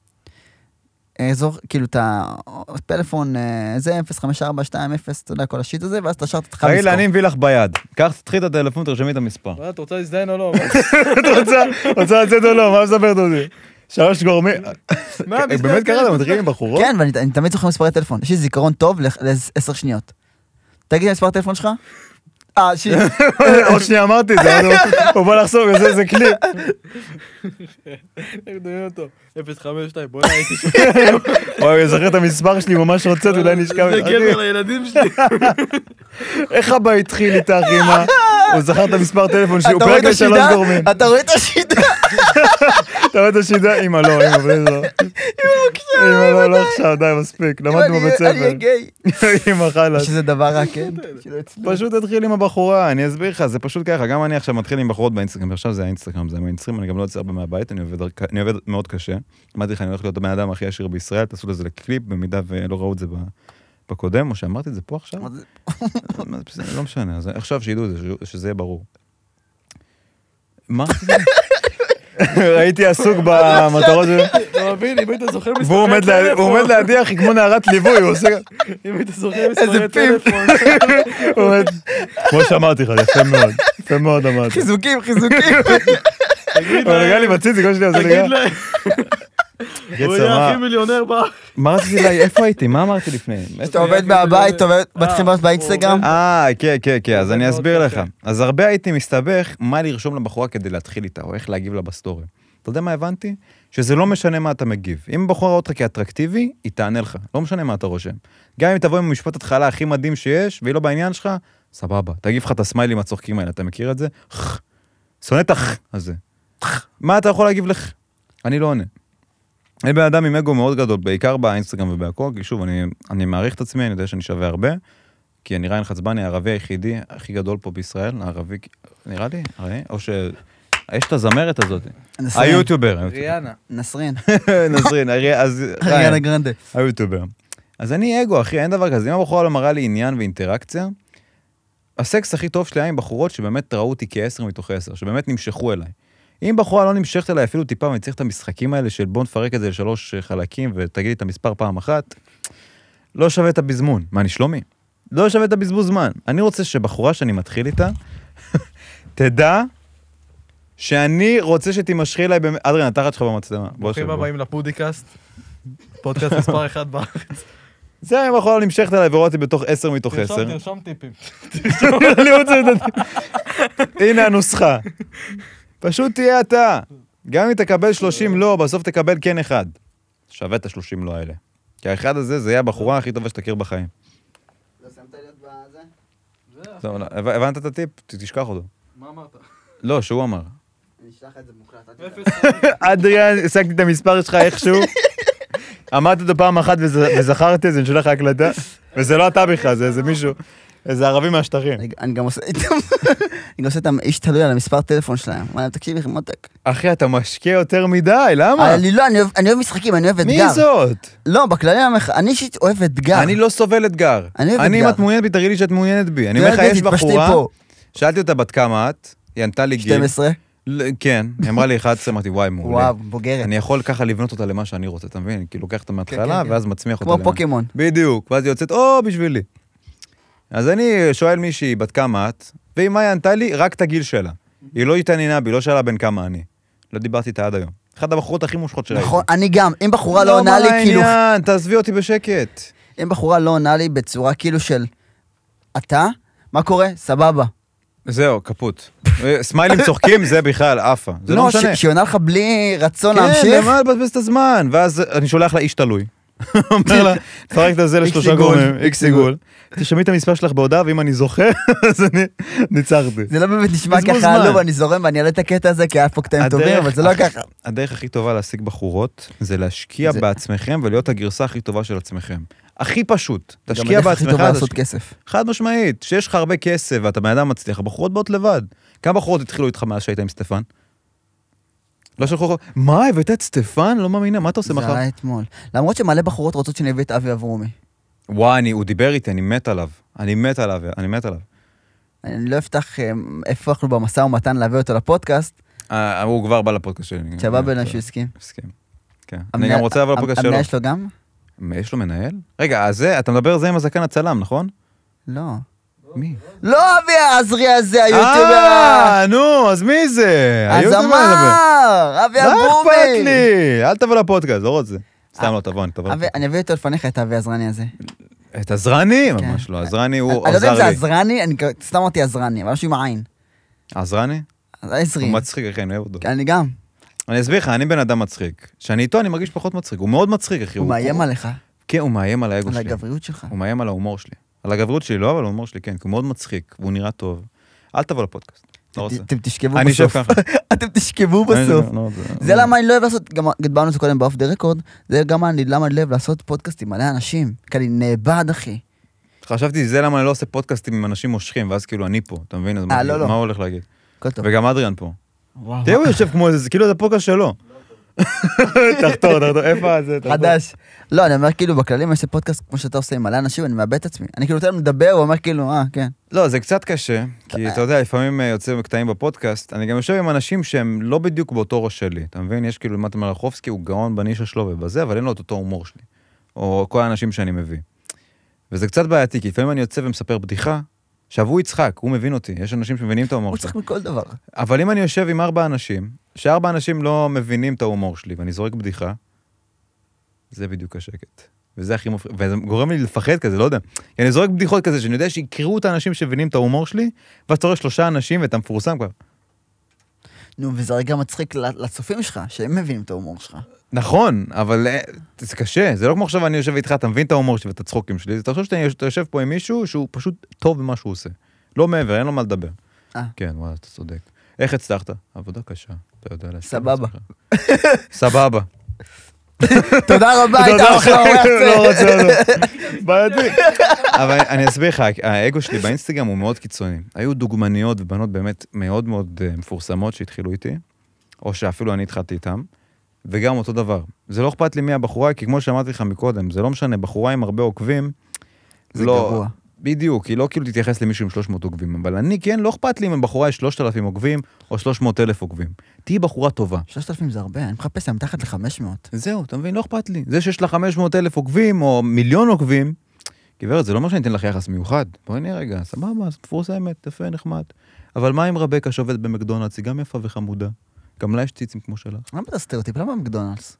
אה, זוכ- כאילו את הפלאפון, אה, זה 05420, אתה יודע, כל השיט הזה, ואז אתה שר תתחל
תגיד
לזכור.
לה, אני מביא לך ביד. קח, תתחיל את הטלפון, תרשמי את המספר.
מה, את רוצה להזדיין [LAUGHS] או לא?
[LAUGHS] את רוצה, רוצה לצאת או לא, מה מספרת אותי? שלוש גורמים. אה,
מה, בשביל
באמת ככה,
הטלפון
אתה מתחיל עם בחורות? [LAUGHS]
כן, ואני אני תמיד זוכר מספרי טלפון, יש לי זיכרון טוב לעשר שניות. תגיד לי מספר הטלפון שלך,
[LAUGHS]
אה, ש...
עוד שנייה אמרתי את זה, אבל הוא- הוא בא לחסום, הוא עושה איזה [LAUGHS] קליפ.
איך מדמיין אותו? 052, בוא'נה הייתי שם.
אוי, אני זוכר את המספר שלי, ממש רוצה, אולי נשכח.
זה גבר לילדים שלי.
איך אבא התחיל איתך, אמא? הוא זכר את המספר טלפון שלי, הוא
אתה רואה
פרק
את
לשלוש
השידה?
גורמים.
אתה רואה את השידה?
אתה רואה את השידה? אמא, לא, אמא, בלי לא. אמא, לא, לא עכשיו, די, מספיק. למדנו
אני-
בבית
אני אהיה
[LAUGHS] ספר.
גיי.
אמא, חלאס.
שזה דבר רע, כן?
[LAUGHS] אה,
שלא יצלו.
פשוט תתחיל עם הבחורה, אני אסביר לך, זה פשוט ככה, גם אני עכשיו מתחיל עם בחורות באינסטגרם, עכשיו זה האינסטגרם, זה המיינסטרים, אני גם לא יוצא הרבה מהבית, אני עובד, רק- אני עובד מאוד קשה. אמרתי לך, אני הולך להיות הבן אדם הכי עשיר בישראל, תעשו לזה לקליפ, במידה ולא ראו את זה ב- בקודם, או שאמרתי את זה פה עכשיו.
מה זה?
מה זה בסדר, לא משנה, אז עכשיו שידעו את זה, ש- שזה יהיה ברור. מה? הייתי
[LAUGHS]
עסוק במטרות שלו,
אתה מבין, לא, אם היית זוכר
והוא
מספרי
עומד לה-
טלפון.
הוא עומד להדיח היא כמו נערת ליווי, הוא עושה...
אם היית זוכר מספרי
איזה פיפ.
טלפון.
הוא עומד- כמו שאמרתי לך, יפה מאוד, יפה מאוד אמרתי. [LAUGHS]
חיזוקים, חיזוקים.
תגיד
הוא נגע לי
להם.
בציץ, זה כל שלי עושה לי
תגיד
ככה.
להם.
יצא,
הוא יהיה
מה?
הכי מיליונר בארץ.
מה רציתי לה, איפה הייתי? מה אמרתי לפני?
אתה עובד מהבית, אתה עובד, מתחיל לעבוד באינסטגרם.
אה, כן, כן, כן, אז
זה
אני
מאוד
אסביר לך.
קשה.
אז הרבה הייתי מסתבך מה לרשום לבחורה כדי להתחיל איתה, או איך להגיב לה בסטורי. אתה יודע מה הבנתי? שזה לא משנה מה אתה מגיב. אם בחורה רואה אותך כאטרקטיבי, היא תענה לך. לא משנה מה אתה רושם. גם אם תבוא עם משפט התחלה הכי מדהים שיש, והיא לא בעניין שלך, סבבה. תגיב לך את הסמיילים הצוחקים האלה, אתה מכיר את זה? "ח". שונא את הח הזה. מה אתה יכול להגיב לך? אני לא עונה. אני בן אדם עם אגו מאוד גדול, בעיקר באינסטגרם ובהכל, כי שוב, אני, אני מעריך את עצמי, אני יודע שאני שווה הרבה, כי אני ריין חצבני, הערבי היחידי הכי גדול פה בישראל, הערבי, נראה לי, הרי, או ש... יש את הזמרת הזאת,
נסרין.
היוטיובר, [LAUGHS]
ריאנה.
נסרין.
נזרין, הרי- אז
אריאנה
ריין,
גרנדה.
היוטיובר. אז אני אגו, אחי, אין דבר כזה. אם הבחורה לא מראה לי עניין ואינטראקציה, הסקס הכי טוב שלי היה עם בחורות שבאמת ראו אותי כעשר מתוך עשר, שבאמת נמשכו אליי. אם בחורה לא נמשכת אליי אפילו טיפה ואני צריך את המשחקים האלה של בוא נפרק את זה לשלוש אה, חלקים ותגיד לי את המספר פעם אחת, לא שווה את הבזמון. מה, אני שלומי? לא שווה את הבזבוז זמן. אני רוצה שבחורה שאני מתחיל איתה, [LAUGHS] תדע שאני רוצה שתימשכי אליי באמת... אדרן, התחת שלך במצלמה. בוא שב,
ברוכים
בוא.
הבאים לפודיקאסט. פודקאסט מספר אחת
אוקיי,
בארץ.
זה אם החולה נמשכת אליי ורואה אותי בתוך עשר מתוך
תרשום,
עשר.
תרשום טיפים.
[LAUGHS] אני רוצה לדעת. הנה הנוסחה. פשוט תהיה אתה. גם אם תקבל 30 לא, בסוף תקבל כן אחד. שווה את ה-30 לא האלה. כי האחד הזה, זה יהיה הבחורה הכי טובה שתכיר בחיים. טוב, לא, הב- הבנת את הטיפ? ת- תשכח אותו.
מה אמרת?
לא, שהוא אמר. אדריאן, השגתי את המספר שלך איכשהו. [LAUGHS] אמרת אותו פעם אחת וז- וזכרתי, אז אני שולח לך הקלטה. וזה לא אתה בכלל, זה איזה מישהו, איזה ערבי מהשטחים.
אני- אני גם עושה איתם, [LAUGHS] אני גם עושה איתם איש תלוי על המספר טלפון שלהם. אמרתי להם, תקשיבי, מותק.
אחי, אתה משקיע יותר מדי, למה?
אני לא, אני אוהב- אני אוהב משחקים, אני אוהב אתגר.
מי זאת?
לא, בכללי אני אומר לך, אני אישית אוהב אתגר.
אני לא סובל אתגר.
אני אוהב
אני, אם
אתגר.
את מעוניינת בי, תראי לי שאת מעוניינת בי. אני אומר לך, יש
תתפשטי
בחורה,
פה.
שאלתי אותה בת כמה את, היא ענתה לי גיל.
12.
ל- כן, היא אמרה לי 11, אמרתי, וואי, מעולה.
וואו, בוגרת.
אני יכול ככה לבנות אותה למה שאני רוצה, אתה מבין? כאילו, לוקח אותה מההתחלה,
כן, כן.
ואז מצמיח אותה.
כמו
למה-
פוקימון.
בדיוק, ואז היא יוצאת, או, בשבילי. אז אני שואל מישהי, בת כמה את? והיא, מה היא ענתה לי? רק את הגיל שלה. היא לא התעניינה בי, לא שאלה בן כמה אני. לא דיברתי איתה עד היום. אחת הבחורות הכי מושכות שראיתי.
נכון, אני גם, אם בחורה לא עונה לי, כאילו,
לא, מה העניין? תעזבי אותי בשקט.
אם בחורה לא עונה לי בצורה כאילו של, אתה? מה קורה? סבבה.
זהו, קפוט. אה, סמיילים צוחקים, זה בכלל, עפה. זה לא
לא,
משנה.
ש- שהיא עונה לך בלי רצון
כן,
להמשיך.
למה לבזבז את הזמן? ואז אני שולח לה איש תלוי. [LAUGHS] אומר לה, תפרק את זה לשלושה
עיגול.
גורמים, איקס עיגול. תשמעי את המספר שלך בהודעה, ואם אני זוכר, [LAUGHS] אז אני ניצחתי.
זה לא באמת נשמע
בזבוז
ככה,
זמן.
לא, ואני זורם ואני אעלה את הקטע הזה, כי היה פה קטעים טובים, אבל זה לא
הכ-
ככה.
הדרך הכי טובה להשיג בחורות, זה להשקיע
זה-
בעצמכם ולהיות הגרסה הכי טובה של עצמכם. הכי פשוט.
גם
תשקיע
הדרך הכי
בעצמך,
טובה לעשות
תשקיע-
כסף.
חד משמעית, שיש לך הרבה כסף ואתה בן אדם מצליח, הבחורות באות לבד. כמה בחורות התחילו איתך מאז שהיית עם סטפן? לא שלחו לך, מה, הבאת את סטפן? לא מאמינה, מה אתה עושה
זה
מחר?
היה אתמול. למרות שמלא בחורות רוצות שאני אביא את אבי אברומי.
וואי, אני- הוא דיבר איתי, אני מת עליו. אני מת עליו, אני מת עליו.
אני לא אפתח אה, איפה אנחנו במשא ומתן להביא אותו לפודקאסט,
אה, הוא כבר בא לפודקאסט שלי.
שווה
אני-
בעיניי שהוא הסכים.
מסכים. כן. אני גם רוצה לבוא לפודקאסט שלו.
המנהל שלו גם?
יש לו מנהל? רגע, אז זה, אתה מדבר זה עם הזקן הצלם, נכון?
לא.
מי?
לא אבי העזרי הזה, היוטיובר!
אה, נו, אז מי זה?
אז
היוטיובר מדבר.
אמר! אבי
לא אכפת
אברומי! אה,
לי, אל תבוא לפודקאסט, לא רוצה. סתם לא תבוא, אני תבוא.
אבי- אני אביא אותו לפניך, את אבי העזרני הזה.
את עזרני?
כן.
ממש לא, עזרני הוא
אני לא יודע אם זה
עזר לי.
עזרני, אני כ- סתם אמרתי עזרני, אבל משהו עם עין.
עזרני?
עזרי.
הוא מצחיק, אחי, אני אוהב אותו.
אני גם.
אני אסביר לך, אני בן אדם מצחיק. כשאני איתו אני מרגיש פחות מצחיק, הוא מאוד מצחיק, אחי.
הוא מאיים עליך,
כן, הוא מאיים על האגו
על
שלי.
הגבריות שלך.
הוא מאיים על ההומור שלי. על הגבריות שלי לא, אבל ההומור שלי כן, כי הוא מאוד מצחיק, והוא נראה טוב. אל תבוא לפודקאסט, לא רוצה.
ת- אתם תשכבו
אני אשב
בסוף.
ככה.
[LAUGHS] אתם תשכבו
אני-
בסוף.
לא,
זה למה אני לא אוהב לעשות, גם דיברנו על זה קודם באוף דה רקורד, זה גם אני- למה אני לא אוהב לעשות פודקאסט עם מלא אנשים. כי אני נאבד, אחי.
חשבתי, זה למה אני לא עושה פודקאסטים עם אנשים מושכים, ואז כאילו אני פה, אתה מבין? אז
אה,
מה-
לא, לא.
מה הוא הולך להגיד?
הכל טוב.
וגם אדריאן פה.
וואו.
תראה, הוא יושב כמו איזה, זה כאילו זה הפודקאסט שלו. [LAUGHS] תחתור, תחתור, איפה זה? תחתור.
חדש. לא, אני אומר כאילו, בכללים אני עושה פודקאסט כמו שאתה עושה עם מלא אנשים, אני מאבד את עצמי. אני כאילו נותן להם לדבר, הוא אומר כאילו, אה, כן.
לא, זה קצת קשה, כי אתה יודע, לפעמים אה, יוצא קטעים בפודקאסט, אני גם יושב עם אנשים שהם לא בדיוק באותו ראש שלי, אתה מבין? יש כאילו מתן מלאכובסקי, הוא גאון בנישה שלו ובזה, אבל אין לו את אותו הומור שלי, או כל האנשים שאני מביא. וזה קצת בעייתי, כי לפעמים אני יוצא ומספר בדיחה, עכשיו הוא יצחק, הוא מבין אותי, יש אנשים שמבינים את
הוא
ההומור שלי.
צריך מכל דבר.
אבל אם אני יושב עם ארבע אנשים, שארבע אנשים לא מבינים את ההומור שלי, ואני זורק בדיחה, זה בדיוק השקט. וזה הכי מפחיד, וזה גורם לי לפחד כזה, לא יודע. כי אני זורק בדיחות כזה, שאני יודע שיקראו את האנשים שמבינים את ההומור שלי, ואז אתה רואה שלושה אנשים ואתה מפורסם כבר.
נו, וזה רגע מצחיק ל- לצופים שלך, שהם מבינים את ההומור שלך.
נכון, אבל אה, זה קשה, זה לא כמו עכשיו אני יושב איתך, אתה מבין את ההומור שלי ואת הצחוקים שלי, אתה חושב שאתה יוש- אתה יושב פה עם מישהו שהוא פשוט טוב במה שהוא עושה. לא מעבר, אין לו מה לדבר.
אה.
כן, וואלה, אתה צודק. איך הצלחת? עבודה קשה, אתה יודע להשקיע
סבבה.
בעצמך. סבבה.
[LAUGHS] תודה רבה, היית אחלה אורח
לא רוצה לא.
[LAUGHS]
בעייתי. אבל אני אסביר לך, האגו שלי באינסטגרם הוא מאוד קיצוני. היו דוגמניות ובנות באמת מאוד מאוד אה, מפורסמות שהתחילו איתי, או שאפילו אני התחלתי איתן, וגם אותו דבר. זה לא אכפת לי מי הבחורה, כי כמו שאמרתי לך מקודם, זה לא משנה, בחורה עם הרבה עוקבים,
זה
לא-
גרוע.
בדיוק, היא לא כאילו תתייחס למישהו עם 300 עוקבים, אבל אני כן, לא אכפת לי אם הבחורה יש 3,000 עוקבים או 300,000 עוקבים. תהיי בחורה טובה.
3,000 זה הרבה, אני מחפש להם מתחת ל-500.
זהו, אתה מבין? לא אכפת לי. זה שיש לך 500 אלף עוקבים או מיליון עוקבים, גברת, זה לא אומר שאני אתן לך יחס מיוחד. בואי נראה רגע, סבבה, את מפורסמת, יפה, נחמד. אבל מה עם רבקה שעובדת במקדונלדס? היא גם יפה וחמודה. גם לה יש ציצים כמו שלך.
למה אתה סטריאוטיפ? למה מקדונלדס?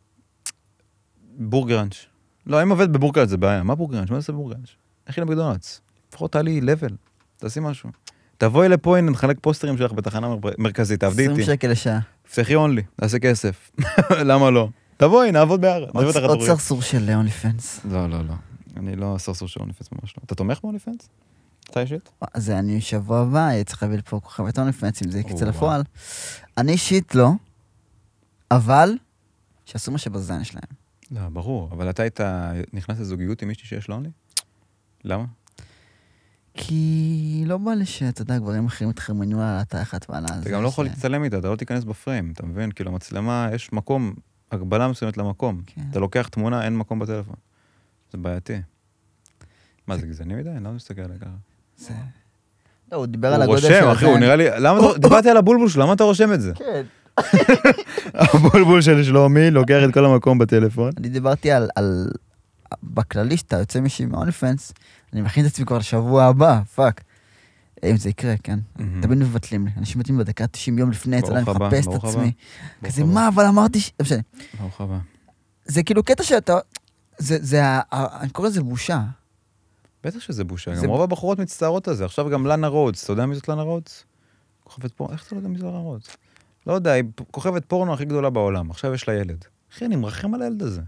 בורגראנץ'. לא, אם עובדת בבורגראנץ' זה בעיה. מה בורגראנץ'? מה זה בורגראנץ'? לכי למקדונלדס. לפחות תעלי לבל, תעשי משהו. תבואי לפה, הנה, נחלק פוסטרים שלך בתחנה מר- מרכזית, תעבדי
20
איתי.
שקל לשעה.
תפתחי אונלי, תעשה כסף. [LAUGHS] למה לא? תבואי, נעבוד ביחד.
עוד
נביא אותך
עוד
לדורי.
סרסור של אונלי פנס.
לא, לא, לא. אני לא סרסור של אוניפנס, ממש לא. אתה תומך באוניפנס? אתה אישית?
אז אני שבוע הבא אהיה צריך להביא לפה כוכבת אונלי פנס, אם זה יצא
או,
לפועל. אני אישית לא, אבל שיעשו מה שבזן שלהם.
לא, ברור. אבל אתה היית נכנס לזוגיות עם מישהי שיש לה אוני? למה?
כי לא בא לי שאתה יודע, גברים אחרים יתחרמנו על התחת ועל הזה.
אתה גם לא יכול
שלהם.
להצטלם איתה, אתה לא תיכנס בפריים, אתה מבין? כאילו, המצלמה, יש מקום, הגבלה מסוימת למקום.
כן.
אתה לוקח תמונה, אין מקום בטלפון. זה בעייתי. מה, זה גזעני מדי? אני לא מסתכל עליך.
זה- לא, הוא דיבר על
הוא
הגודל של
רושם, אחי, הוא
הזין.
נראה לי... למה [LAUGHS] אתה... דיברתי על הבולבול שלו, למה אתה רושם את זה?
כן.
הבולבול של שלומי לוקח את כל המקום בטלפון.
אני דיברתי על, על... בכללי, שאתה יוצא מישהי מהאונפנס, אני מכין את עצמי כבר לשבוע הבא, פאק. אם זה יקרה, כן.
מהמם.
תמיד מבטלים לי. אנשים מתים בדקה 90 יום לפני, אתה יודע, אני
ברוך הבא,
מחפש את
ברוך
עצמי.
הבא.
כזה,
ברוך
מה, אבל אמרתי ש... לא משנה.
ברוך הבא.
זה כאילו קטע שאתה... זה, זה, ה- ה- אני קורא לזה בושה.
בטח שזה בושה,
זה-
גם רוב הבחורות מצטערות על זה. עכשיו גם לנה רודס, אתה יודע מי זאת לנה רודס? כוכבת פורנו, איך אתה לא יודע מי זאת לנה רודס? לא יודע, היא פ- כוכבת פורנו הכי גדולה בעולם, עכשיו יש לה ילד. אחי, אני מרחם על הילד הזה.
אה,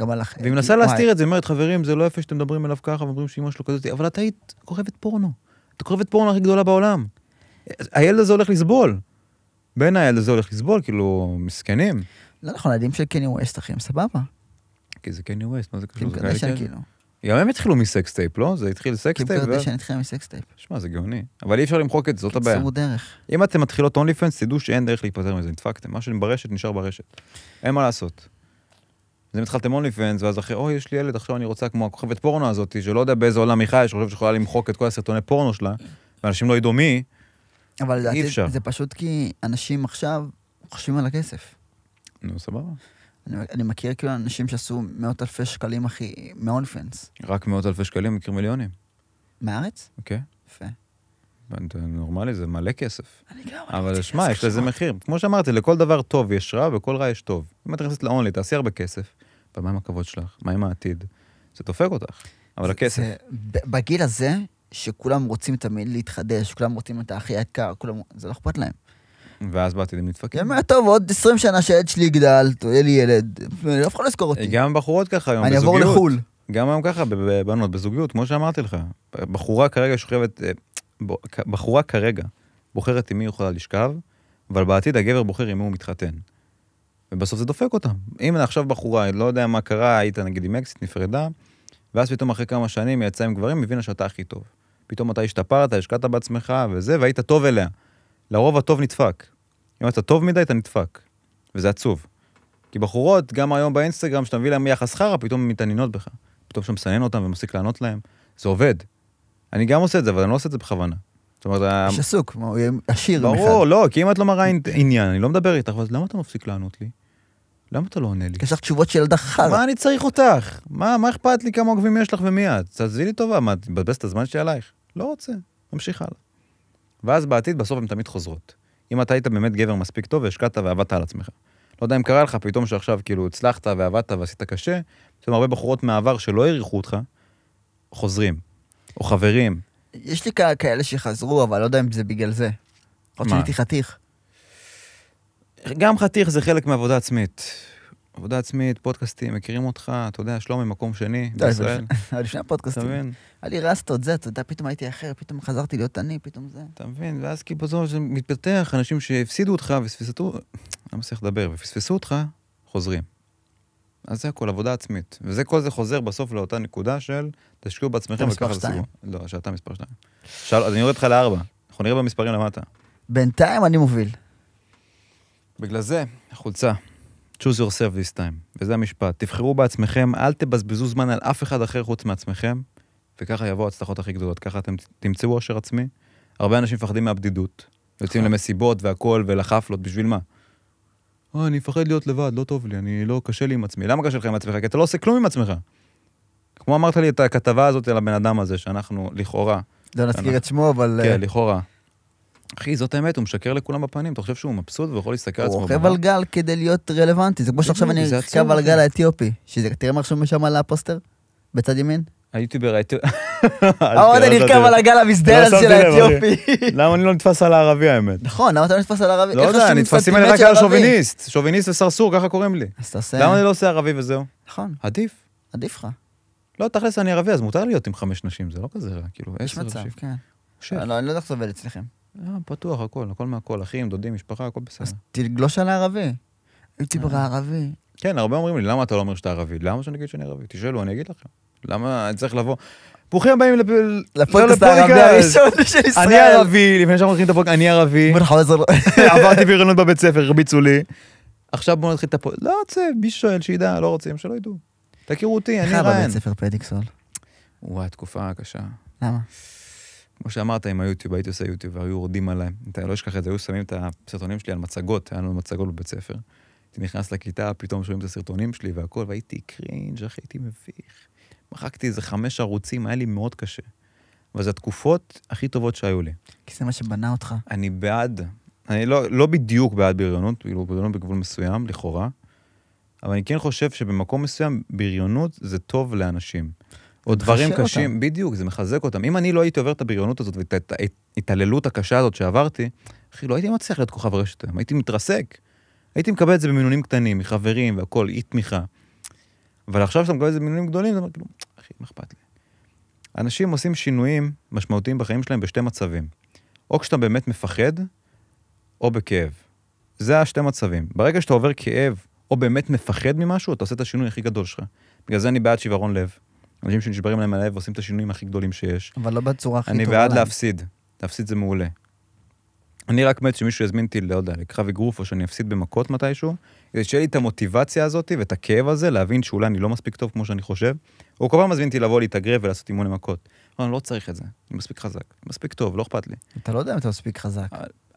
גם על... הח-
והיא מנסה
וואי,
להסתיר את זה, היא אומרת, חברים, זה לא יפה שאתם מדברים אליו ככה ואומרים שאימא שלו כזאת, אבל את היית כוכבת פורנו. את כוכבת פורנו הכי גדולה בעולם. הילד הזה הולך לסבול. בן הילד הזה הולך לסבול, כאילו, מסכנים.
לא נכון, הילדים של קני ווסט, אחי, הם סבבה.
כי זה קני ווסט, מה זה
קים
קשור? זה כאלה
קרדשן,
כאלה.
כאילו.
גם הם התחילו מסקסטייפ, לא? זה התחיל
קים
סקסטייפ. ואז-
קרדשן התחילה מסקסטייפ.
שמע, זה גאוני. אבל אי אפשר למחוק את זה, זאת הבעיה.
קיצרו דרך.
אם אתם מתחילות אונלי פנס, תדעו שאין דרך להיפטר מזה, נדפקתם. מה שברשת נשאר ברשת. אין מה לעשות. אז אם התחלתם אונלי פנס, ואז אחרי, אוי, יש לי ילד, עכשיו אני רוצה כמו הכוכבת פורנו הזאת, שלא יודע באיזה עולם היא חיה, שחושבת שיכולה למחוק את כל הסרטוני פורנו שלה, ואנשים לא ידעו מי,
אבל לדעתי
אפשר.
זה פשוט כי אנשים עכשיו חושבים על הכסף.
נו, סבבה.
אני, אני מכיר כאילו אנשים שעשו מאות אלפי שקלים, אחי, מאונפנס.
רק מאות אלפי שקלים מכיר מיליונים,
מהארץ?
אוקיי?
יפה.
זה נורמלי, זה מלא כסף.
אני גם... אני
אבל
רוצה
שמע,
כסף
יש לזה
כבר.
מחיר. כמו שאמרתי, לכל דבר טוב יש רע, וכל רע יש טוב. אם את נכנסת לאונלי, תעשי הרבה כסף, אבל מה עם הכבוד שלך? מה עם העתיד? זה דופק אותך. אבל הכסף.
זה- ב- בגיל הזה, שכולם רוצים תמיד להתחדש, כולם רוצים את הכי יקר, כולם... זה לא אכפת להם.
ואז באתי להתפקד.
כי אני אומר, טוב, עוד 20 שנה שהילד שלי יגדל, יהיה לי ילד, אף אחד לא יזכור אותי.
גם בחורות ככה היום,
אני
בזוגיות.
אעבור לחו"ל.
גם היום ככה, בבנות, בזוגיות, כמו שאמרתי לך. בחורה כרגע שוכבת, אה, ב- כ- בחורה כרגע בוחרת עם מי היא יכולה לשכב, אבל בעתיד הגבר בוחר עם מי הוא מתחתן. ובסוף זה דופק אותם. אם עכשיו בחורה, לא יודע מה קרה, היית נגיד עם אקסיט, נפרדה, ואז פתאום אחרי כמה שנים היא יצאה עם גברים, הבינה שאתה הכי טוב. פתאום אתה השתפרת, השקעת בעצמך וזה, והיית טוב אליה. לרוב הטוב נדפק. אם אתה טוב מדי, אתה נדפק. וזה עצוב. כי בחורות, גם היום באינסטגרם, שאתה מביא להם יחס חרא, פתאום הן מתעניינות בך. פתאום שאתה מסנן אותם ומפסיק לענות להם. זה עובד. אני גם עושה את זה, אבל אני לא עושה את זה בכוונה. זאת אומרת, ה-
איש עסוק, מה, הוא יהיה עשיר יום
ברור,
אחד.
לא, כי אם את לא מראה עניין- עניין, אני לא מדבר איתך, ואז למה אתה מפסיק לענות לי? למה אתה לא עונה לי?
יש לך תשובות של ילדה חרא.
מה אני צריך אותך? מה, מה אכפת לי כמה עוקבים יש לך ומי את? תעזבי לי טובה, מה, תבזבז את הזמן שלי עלייך? לא רוצה, ממשיך הלאה. ואז בעתיד, בסוף הן תמיד חוזרות. אם אתה היית באמת גבר מספיק טוב והשקעת ועבדת על עצמך. לא יודע אם קרה לך פתאום שעכשיו כאילו הצלחת ועבדת ועשית קשה, פתאום הרבה בחורות מהעבר שלא העריכו אותך, חוזרים. או חברים.
יש לי כ- כאלה שחזרו, אבל לא יודע אם זה בגלל זה. עוד
מה?
שנהייתי חתיך.
גם חתיך זה חלק מעבודה עצמית. עבודה עצמית, פודקאסטים, מכירים אותך, אתה יודע, שלומי מקום שני
די, אבל
בישראל,
אבל לפני
אתה
[LAUGHS] הפודקאסטים.
מבין?
היה לי רסטות, זה, אתה יודע, פתאום הייתי אחר, פתאום חזרתי להיות אני, פתאום זה.
אתה מבין? ואז כאילו בסוף זה מתפתח, אנשים שהפסידו אותך ופספסו, לא מצליח לדבר, ופספסו אותך, חוזרים. אז זה הכל עבודה עצמית. וזה כל זה חוזר בסוף לאותה נקודה של תשקיעו בעצמכם
מספר
וככה זה
שתיים.
סיבוב. לא, שאתה מספר שתיים. שאל, אז אני יורד לך לארבע. אנחנו נראה במספרים למטה.
בינתיים אני מוביל.
בגלל זה, החולצה. choose yourself this time. וזה המשפט. תבחרו בעצמכם, אל תבזבזו זמן על אף אחד אחר חוץ מעצמכם, וככה יבואו ההצלחות הכי גדולות. ככה אתם תמצאו אושר עצמי. הרבה אנשים מפחדים מהבדידות. יוצאים
נכון.
למסיבות והכול ולחפלות, בשביל מה? אה, אני מפחד להיות לבד, לא טוב לי, אני לא, קשה לי עם עצמי. למה קשה לך עם עצמך? כי אתה לא עושה כלום עם עצמך. כמו אמרת לי את הכתבה הזאת על הבן אדם הזה, שאנחנו לכאורה,
לא נזכיר את שמו, אבל... אה,
כן, לכאורה. אחי, זאת האמת, הוא משקר לכולם בפנים, אתה חושב שהוא מבסוט ויכול להסתכל על עצמו.
הוא רוכב
במראה?
על גל כדי להיות רלוונטי. זה כמו שעכשיו
בדיוק,
אני
זה
ארכב
עצוב,
על
אחי.
גל האתיופי. שזה, תראה מה רשום שם על הפוסטר? בצד ימין?
היוטיובר
[LAUGHS]
האתיופי.
אה, עוד אני ארכב על הגל המזדהר
לא
הזה של
שמתי לב, אחי.
האתיופי. [LAUGHS]
למה אני לא נתפס על הערבי האמת?
נכון, למה אתה לא נתפס על ערבי?
לא
איך
יודע,
רשום
נתפסים
סנטימטר
עליי רק על
ערבי?
שוביניסט. שוביניסט וסרסור, ככה קוראים לי.
אז תעשה...
למה אני לא עושה ערבי וזהו?
נכון,
עדיף.
עדיף לך.
לא, תכלס אני ערבי, אז מותר להיות עם חמש נשים, זה לא כזה רע, כאילו,
יש
עשר
מצב,
נשים.
כן.
שש.
לא, אני לא יודע איך זה עובד אצלכם.
אה, פתוח, הכל, הכל מהכל, אחים, דודים, משפחה, הכל בסדר.
אז תגלוש על הערבי. הייתי
אה.
בערבי.
כן, הרבה אומרים לי, למה אתה לא אומר שאתה ערבי? למה שאני אגיד שאני ערבי? תשאלו, אני אגיד לכם. למה אני צריך לבוא? ברוכים הבאים לפ- לא,
לפודקאסט הערבי
לפודקאסט.
הראשון של ישראל.
אני ערבי, לפני שאנחנו מתחילים את הפרק, אני ערבי.
בוא נחזור לו.
[LAUGHS] עברתי בריונות בבית ספר, הרביצו לי. עכשיו בואו נתחיל את הפועל. לא רוצה, מי שואל שידע, לא רוצים, שלא ידעו. תכירו
[LAUGHS]
אותי, אני
איך היה
רן.
בבית ספר פדיקסול?
וואי, תקופה קשה.
למה?
כמו שאמרת עם היוטיוב, הייתי עושה יוטיוב והיו יורדים עליי. אתה לא אשכח את זה, היו שמים את הסרטונים שלי על מצגות, היה לנו מצגות בבית ספר. הייתי נכנס לכיתה, פתאום שומעים את הסרטונים שלי והכל, והייתי קרינג', אחי, הייתי מביך. מחקתי איזה חמש ערוצים, היה לי מאוד קשה. אבל זה התקופות הכי טובות שהיו לי.
כי זה מה שבנה אותך.
אני בעד, אני לא, לא בדיוק בעד בריונות, כאילו בריונות בגבול מסוים, לכאורה, אבל אני כן חושב שבמקום מסוים בריונות זה טוב לאנשים. או
מחשל
דברים
אותם.
קשים, בדיוק, זה מחזק אותם. אם אני לא הייתי עובר את הבריונות הזאת ואת את ההתעללות הקשה הזאת שעברתי, אחי, לא הייתי מצליח להיות כוכב רשת היום, הייתי מתרסק. הייתי מקבל את זה במינונים קטנים, מחברים והכול, אי תמיכה. אבל עכשיו כשאתה מקבל את זה במינונים גדולים, אתה אומר, כאילו, אחי, מה אכפת לי? אנשים עושים שינויים משמעותיים בחיים שלהם בשתי מצבים. או כשאתה באמת מפחד, או בכאב. זה השתי מצבים. ברגע שאתה עובר כאב, או באמת מפחד ממשהו, אתה עושה את השינוי הכי גדול שלך. בגלל זה אני בעד שברון לב. אנשים שנשברים להם על הלב עושים את השינויים הכי גדולים שיש.
אבל לא בצורה הכי טובה.
אני בעד
להם.
להפסיד. להפסיד זה מעולה. אני רק מת שמישהו יזמין אותי, לא יודע, לקרב אגרוף, או שאני אפסיד במכות מתישהו, כדי שיהיה לי את המוטיבציה הזאת ואת הכאב הזה, להבין שאולי אני לא מספיק טוב כמו שאני חושב. הוא כל פעם מזמין אותי לבוא להתאגרף ולעשות אימון למכות. אבל אני לא צריך את זה, אני מספיק חזק, מספיק טוב, לא אכפת לי.
אתה לא יודע אם אתה מספיק חזק.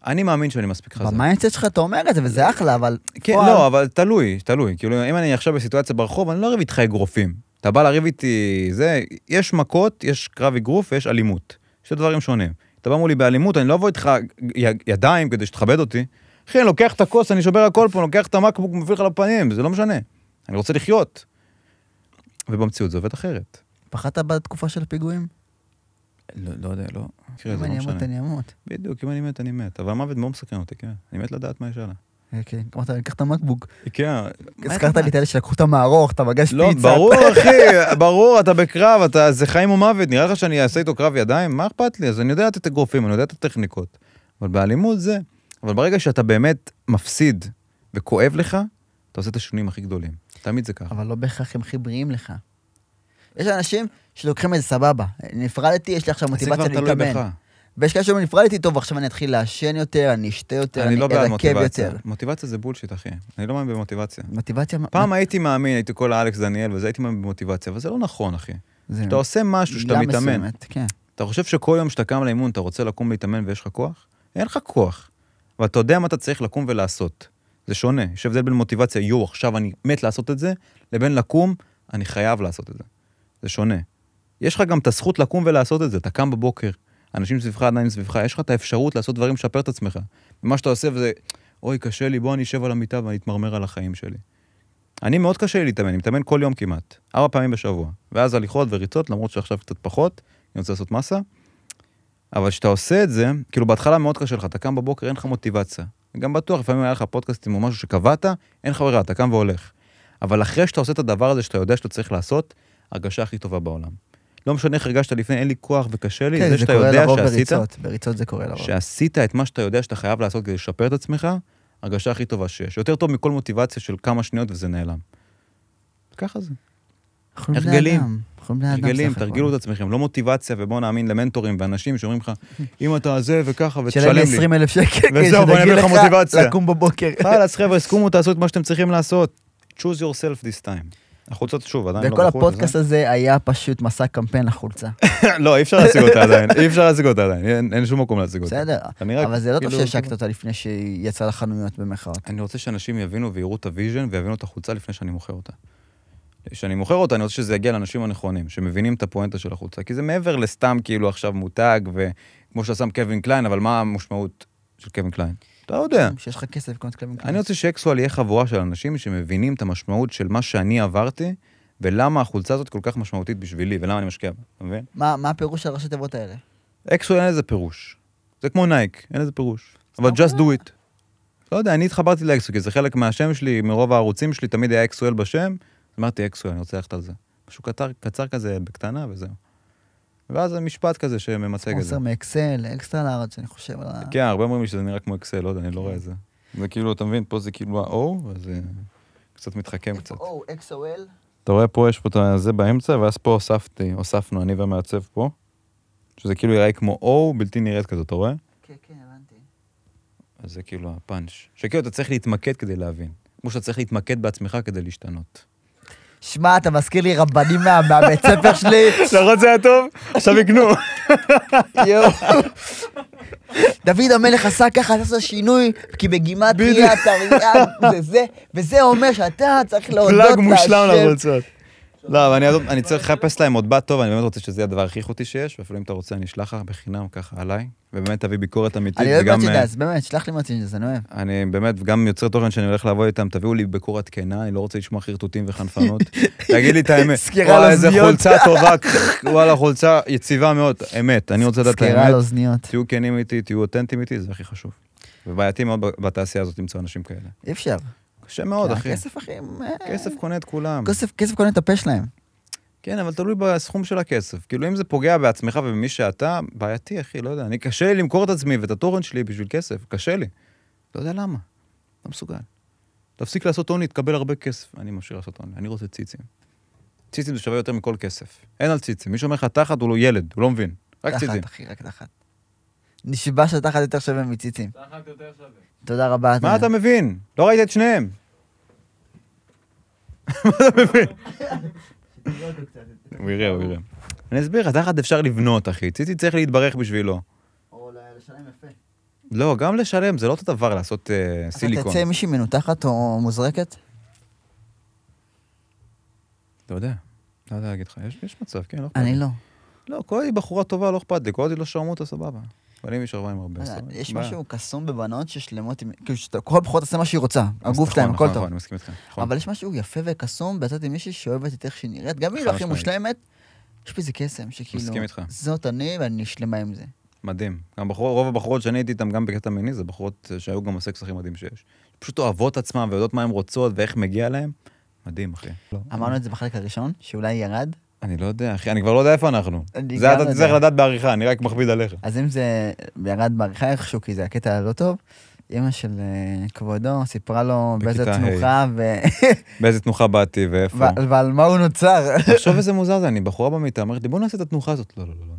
אני מאמין שאני מספיק חזק.
במיינדסט שלך אתה אומר את זה, וזה אחלה, אבל...
כן,
וואו.
לא, אבל תלוי, תלוי. כאילו, אם אני עכשיו בסיטואציה ברחוב, אני לא אריב איתך אגרופים. אתה בא לריב איתי, זה, יש מכות, יש קרב אגרוף ויש אלימות. שתי דברים שונים. אתה בא מולי באלימות, אני לא אבוא איתך י- ידיים כדי שתכבד אותי. אחי, אני לוקח את הכוס, אני שובר הכל פה, אני לוקח את המקבוק, מביא לך לפנים, זה לא משנה. אני רוצה לחיות. ובמציאות זה עובד אחרת.
פחדת בתקופה של הפיגועים?
לא, לא יודע, לא. תראה,
אם
זה לא
אני אמות,
משנה.
אני אמות.
בדיוק, אם אני מת, אני מת. אבל המוות מאוד מסקרן אותי, כן. אני מת לדעת מה יש הלאה.
אה, כן, אמרת, אני אקח את המקבוק.
איקאה...
הזכרת לי את אלה שלקחו את המערוך, את המגש פיצה.
לא,
את-
ברור, אחי, ברור, אתה בקרב, אתה, זה חיים ומוות. נראה לך שאני אעשה איתו קרב ידיים? מה אכפת לי? אז אני יודע את האגרופים, אני יודע את הטכניקות. אבל באלימות זה... אבל ברגע שאתה באמת מפסיד וכואב לך, אתה עושה את השינויים הכי גדולים. תמיד זה ככה.
אבל לא בהכרח הם הכי בריאים לך. יש אנשים שלוקחים את זה סבבה. נפרדתי, יש לי עכשיו מוטיבציה
זה כבר תלוי
להתאמן.
בך.
ויש כאלה שאומרים, נפרדתי, טוב, עכשיו אני אתחיל לעשן יותר, אני אשתה יותר,
אני
אני
לא בעד
ארכב
מוטיבציה.
יותר.
מוטיבציה זה בולשיט, אחי. אני לא מאמין במוטיבציה.
מוטיבציה...
פעם הייתי מאמין, הייתי כל האלכס דניאל וזה, הייתי מאמין במוטיבציה, אבל זה לא נכון,
כן.
אחי.
זה
אתה עושה משהו שאתה
מילה
מתאמן.
מסוימת, כן.
אתה חושב שכל יום שאתה קם לאימון, אתה רוצה לקום להתאמן ויש לך כוח? אין לך כוח. אבל אתה יודע מה אתה צריך לקום ולעשות. זה שונה. יש הבדל בין מוטיבציה, יו, עכשיו אני מת לעשות את זה, לבין לקום, אני חייב לעשות את זה. זה שונה. יש לך גם את הזכות לקום ולעשות את זה. אתה קם בבוקר, אנשים סביבך עדיין סביבך, יש לך את האפשרות לעשות דברים, לשפר את עצמך. ומה שאתה עושה זה, אוי, קשה לי, בוא אני אשב על המיטה ואני אתמרמר על החיים שלי. אני מאוד קשה לי להתאמן, אני מתאמן כל יום כמעט, ארבע פעמים בשבוע. ואז הליכות וריצות, למרות שעכשיו קצת פחות, אני רוצה לעשות מסה. אבל כשאתה עושה את זה, כאילו בהתחלה מאוד קשה לך, אתה קם בבוקר, אין לך מוטיבציה. גם בטוח, לפעמים היה לך פודקאסטים או משהו שקבעת, אין לך ברירה, אתה קם והולך. אבל אחרי שאתה עושה את הדבר הזה שאתה יודע שאתה צריך לעשות, הרגשה הכי טובה בעולם. לא משנה איך הרגשת לפני, אין לי כוח וקשה לי,
כן,
זה
זה
שאתה
קורה
יודע
לרוב
שעשית,
בריצות, בריצות זה קורה לרוב.
שעשית את מה שאתה יודע שאתה חייב לעשות כדי לשפר את עצמך, הרגשה הכי טובה שיש. יותר טוב מכל מוטיבציה של כמה שניות וזה נעלם. ככה זה.
אנחנו בני
הרגלים.
אדם, אנחנו בני אדם
הרגלים,
סך הכל.
תרגילו את עצמכם, לא מוטיבציה ובואו נאמין למנטורים ואנשים שאומרים לך, אם אתה זה וככה
שלם לי
ותשלם לי.
20 אלף שקל, כדי
וזהו, בוא אני
שתגיד
אביא לך מוטיבציה.
לקום בבוקר.
חלאס חבר'ה, סכומו, תעשו את מה שאתם צריכים לעשות. choose yourself this time. החולצות שוב, עדיין לא בחוץ.
וכל הפודקאסט הזה היה פשוט מסע קמפיין לחולצה.
[LAUGHS] לא, אי אפשר להשיג אותה עדיין, אי אפשר להשיג אותה עדיין, אין- אין שום מקום להשיג אותה.
בסדר,
אני רק,
אבל זה לא טוב
כאילו,
שהשקת אותה לפני שהיא יצאה לחנויות במרכאות.
אני רוצה שאנשים יבינו ויראו את הוויז'ן ויבינו את החולצה לפני שאני מוכר אותה. כשאני מוכר אותה, אני רוצה שזה יגיע לאנשים הנכונים, שמבינים את הפואנטה של החולצה, כי זה מעבר לסתם כאילו עכשיו מותג, וכמו שאתה שם קווין קליין, אבל מה המשמעות של קווין קליין? אתה לא יודע.
שיש לך כסף לקנות כלבים
אני
קטנים.
רוצה שאקסואל יהיה חבורה של אנשים שמבינים את המשמעות של מה שאני עברתי, ולמה החולצה הזאת כל כך משמעותית בשבילי, ולמה אני משקיע בה, אתה מבין?
מה מה הפירוש של הראשי תיבות האלה?
אקסואל אין לזה פירוש. זה כמו נייק, אין לזה פירוש. אבל just do it. לא יודע, אני התחברתי לאקסואל, כי זה חלק מהשם שלי, מרוב הערוצים שלי, תמיד היה אקסואל בשם, אז אמרתי אקסואל, אני רוצה ללכת על זה. משהו קצר, קצר כזה, בקטנה וזהו. ואז זה משפט כזה שממצג את זה.
חוסר מאקסל, אקסטרה לארץ, אני חושב על ה...
כן, הרבה אומרים לי שזה נראה כמו אקסל, לא יודע, אני לא רואה את זה.
כן.
זה כאילו, אתה מבין, פה זה כאילו ה-O, אז זה קצת מתחכם קצת.
או, XOL?
אתה רואה פה, יש פה את הזה באמצע, ואז פה הוספתי, הוספנו, אני והמעצב פה, שזה כאילו יראה כמו O בלתי נראית כזאת, אתה רואה?
כן, כן, הבנתי.
אז זה כאילו הפאנץ'. שכאילו אתה צריך להתמקד כדי להבין. כמו שאתה צריך להתמקד בעצמך כדי להשתנות.
שמע, אתה מזכיר לי רבנים מה- מהבית ספר
[LAUGHS]
שלי.
נכון זה היה טוב? עכשיו יקנו.
לא,
[LAUGHS]
יואו. דוד המלך עשה ככה, עשה שינוי, כי בגימת פיה, תרי"ג, זה זה, וזה אומר שאתה צריך להודות להשם.
פלאג מושלם לחולצות. לא, אבל אני עוד- אני צריך לחפש להם עוד בת טוב, אני באמת רוצה שזה יהיה הדבר הכי איכותי שיש, ואפילו אם אתה רוצה אני אשלח לך בחינם ככה עליי, ובאמת תביא ביקורת אמיתית.
אני לא אוהב
וגם,
את
אה,
זה, אז באמת, שלח לי מוצאים שזה, אני אוהב.
אני באמת, גם יוצרי תוכן שאני הולך לעבוד איתם, תביאו לי ביקורת כנה, אני לא רוצה לשמוע חרטוטים
[LAUGHS]
וחנפנות. תגיד לי את האמת.
סקירה לא
וואלה,
על
איזה
אוזניות.
חולצה
[LAUGHS]
טובה, וואלה, חולצה יציבה מאוד. אמת, אני רוצה לדעת את
סקירה לא על
האמת.
אוזניות.
תהיו כנים איתי, תהיו אותנטיים איתי, זה הכי חשוב. ובעייתי מאוד ב- בתעשייה הזאת למצוא אנשים כאלה.
אי אפשר.
קשה מאוד,
כי
אחי.
הכסף, אחי, אה,
כסף קונה את כולם.
כן, כסף- כסף קונה את הפה שלהם.
כן, אבל תלוי בסכום של הכסף. כאילו, אם זה פוגע בעצמך ובמי שאתה, בעייתי, אחי, לא יודע. אני, קשה לי למכור את עצמי ואת התורן שלי בשביל כסף, קשה לי. לא יודע למה. לא מסוגל. תפסיק לעשות הון, תקבל הרבה כסף. אני ממשיך לעשות הון, אני רוצה ציצים. ציצים זה שווה יותר מכל כסף. אין על ציצים. מי שאומר לך תחת הוא לא ילד, הוא לא מבין. רק ציצים.
תחת, אחי, רק תחת. נשבע שתחת יותר שווה מציצים.
תחת יותר שווה.
תודה רבה.
מה אתה מבין? לא ראית את שניהם. [LAUGHS] הוא יראה, הוא יראה. אני אסביר לך, תחת אפשר לבנות, אחי. ציצי צריך להתברך בשבילו.
או לשלם יפה.
לא, גם לשלם, זה לא אותו דבר לעשות אה,
אתה
סיליקון.
תצא עם מישהי מנותחת או מוזרקת?
לא יודע, לא יודע להגיד לך. יש- יש מצב, כן, לא אכפת לי.
אני לא.
לא, כל עוד היא בחורה טובה, לא אכפת לי. כל עוד היא לא שרמוטה, סבבה. אבל אם היא שרמה עם הרבה,
לא יודע,
סבבה.
יש
אין בעיה.
משהו קסום בבנות ששלמות עם... כאילו, שאתה- כל בחורה תעשה מה שהיא רוצה.
אז
הגוף
נכון,
שלהם,
נכון,
הכל טוב.
נכון, אני מסכים איתך. נכון.
אבל יש משהו יפה וקסום בצאת עם מישהי שאוהבת את איך שהיא נראית, גם אם היא לא
חד
הכי
משמעית.
מושלמת, יש בזה קסם, שכאילו...
מסכים איתך. Mm-hmm.
זאת אני ואני שלמה עם זה.
מדהים. גם בחור, רוב הבחורות שאני הייתי איתן גם בקטע מיני, זה בחורות אה, שהיו גם הסקס הכי מדהים שיש. פשוט אוהבות עצמן ויודעות מה הן רוצות ואיך מגיע להן. מדהים, אחי.
אמרנו את זה בחלק הראשון, שאולי ירד.
אני לא יודע, אחי, אני כבר לא יודע איפה אנחנו.
אני
זה
גם
אתה
לא
תצטרך
יודע.
לדעת בעריכה, אני רק מכביד עליך.
אז אם זה ירד בעריכה איכשהו, כי זה הקטע הלא טוב, אמא של אה, כבודו סיפרה לו באיזה
בכיתה ה'. לא.
תנוחה ו-
[LAUGHS] באיזה תנוחה באתי ואיפה.
ו- ועל מה הוא נוצר.
תחשוב איזה מוזר זה, אני בחורה במיטה, אומרת לי, בוא נעשה את התנוחה הזאת. לא, לא, לא. לא.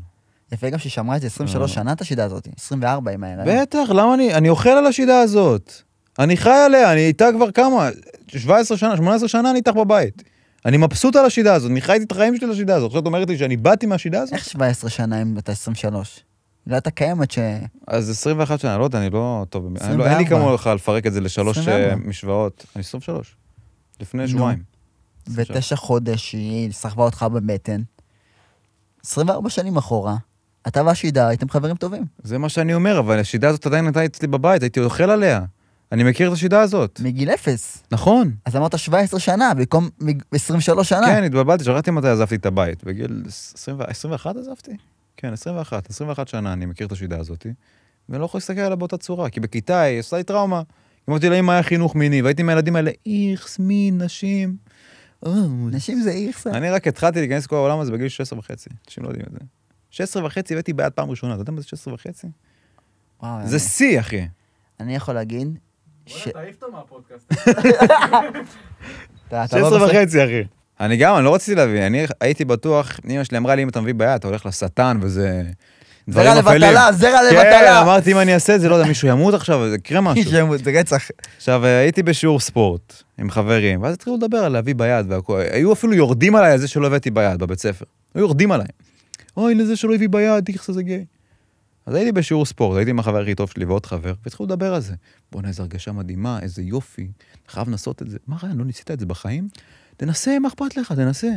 יפה גם שהיא שמרה את זה
Mm.
23 שנה, את השידה הזאת, 24 עם הירד.
בטח, למה אני, אני אוכל על השידה הזאת. אני חי עליה, אני איתה כבר כמה? 17 שנה, 18 שנה אני איתך בבית. אני מבסוט על השידה הזאת, אני חייתי את החיים שלי לשידה הזאת. עכשיו את אומרת לי שאני באתי מהשידה הזאת?
איך 17 שנה אם אתה 23? לא הייתה קיימת ש...
אז 21 שנה, לא יודע, אני לא טוב. במ- אני לא- אין לי
24.
כמוך לפרק את זה לשלוש
24.
אה, משוואות. אני 23. לפני
נו.
שבועיים.
בתשע חודש היא סחבה אותך בבטן. 24 שנים אחורה, אתה והשידה הייתם חברים טובים.
זה מה שאני אומר, אבל השידה הזאת עדיין הייתה אצלי בבית, הייתי אוכל עליה. אני מכיר את השידה הזאת.
מגיל אפס.
נכון.
אז אמרת 17 שנה במקום מג- 23 שנה.
כן, התבלבלתי, שכחתי מתי עזבתי את הבית. בגיל 20 ו- 21 עזבתי? כן, 21. 21 שנה אני מכיר את השידה הזאת, ואני לא יכול להסתכל עליה באותה צורה, כי בכיתה היא עשתה לי טראומה. אמרתי לה, אם היה חינוך מיני, והייתי מהילדים האלה, איכס, מין, נשים. אה,
נשים זה איכסה.
אני רק התחלתי להיכנס לכל העולם הזה בגיל 16 וחצי. אנשים לא יודעים את זה. 16 וחצי הבאתי בעד פעם ראשונה, אתה יודע מה זה 16 וחצי?
וואו,
זה שיא, אחי.
אני- אני יכול להגיד... ש-
בוא'נה, תעיף אותו מהפודקאסט.
אתה- אתה לא
16
בסדר.
וחצי, אחי. אני גם, אני לא רציתי להבין, אני הייתי בטוח, אמא שלי אמרה לי, אם אתה מביא ביד, אתה הולך לשטן וזה... דברים
זרע
אפלים."
לבטלה, זרע
כן,
לבטלה.
אמרתי, אם אני אעשה את זה, לא יודע, מישהו ימות עכשיו, זה יקרה משהו.
שמות, [LAUGHS] זה רצח.
עכשיו, אה, הייתי בשיעור ספורט עם חברים, ואז התחילו לדבר על להביא ביד והכול. היו אפילו יורדים עליי על זה שלא הבאתי ביד בבית ספר. היו יורדים עליי. אוי, הנה זה שלא הביא ביד, תכף זה גיי. אז הייתי בשיעור ספורט, הייתי עם החבר הכי טוב שלי ועוד חבר, והתחילו לדבר על זה. בואנה, איזו הרגשה מדהימה, איזה יופי, אתה חייב לנסות את זה. מה רעיון, לא ניסית את זה בחיים? תנסה, מה אכפת לך, תנסה.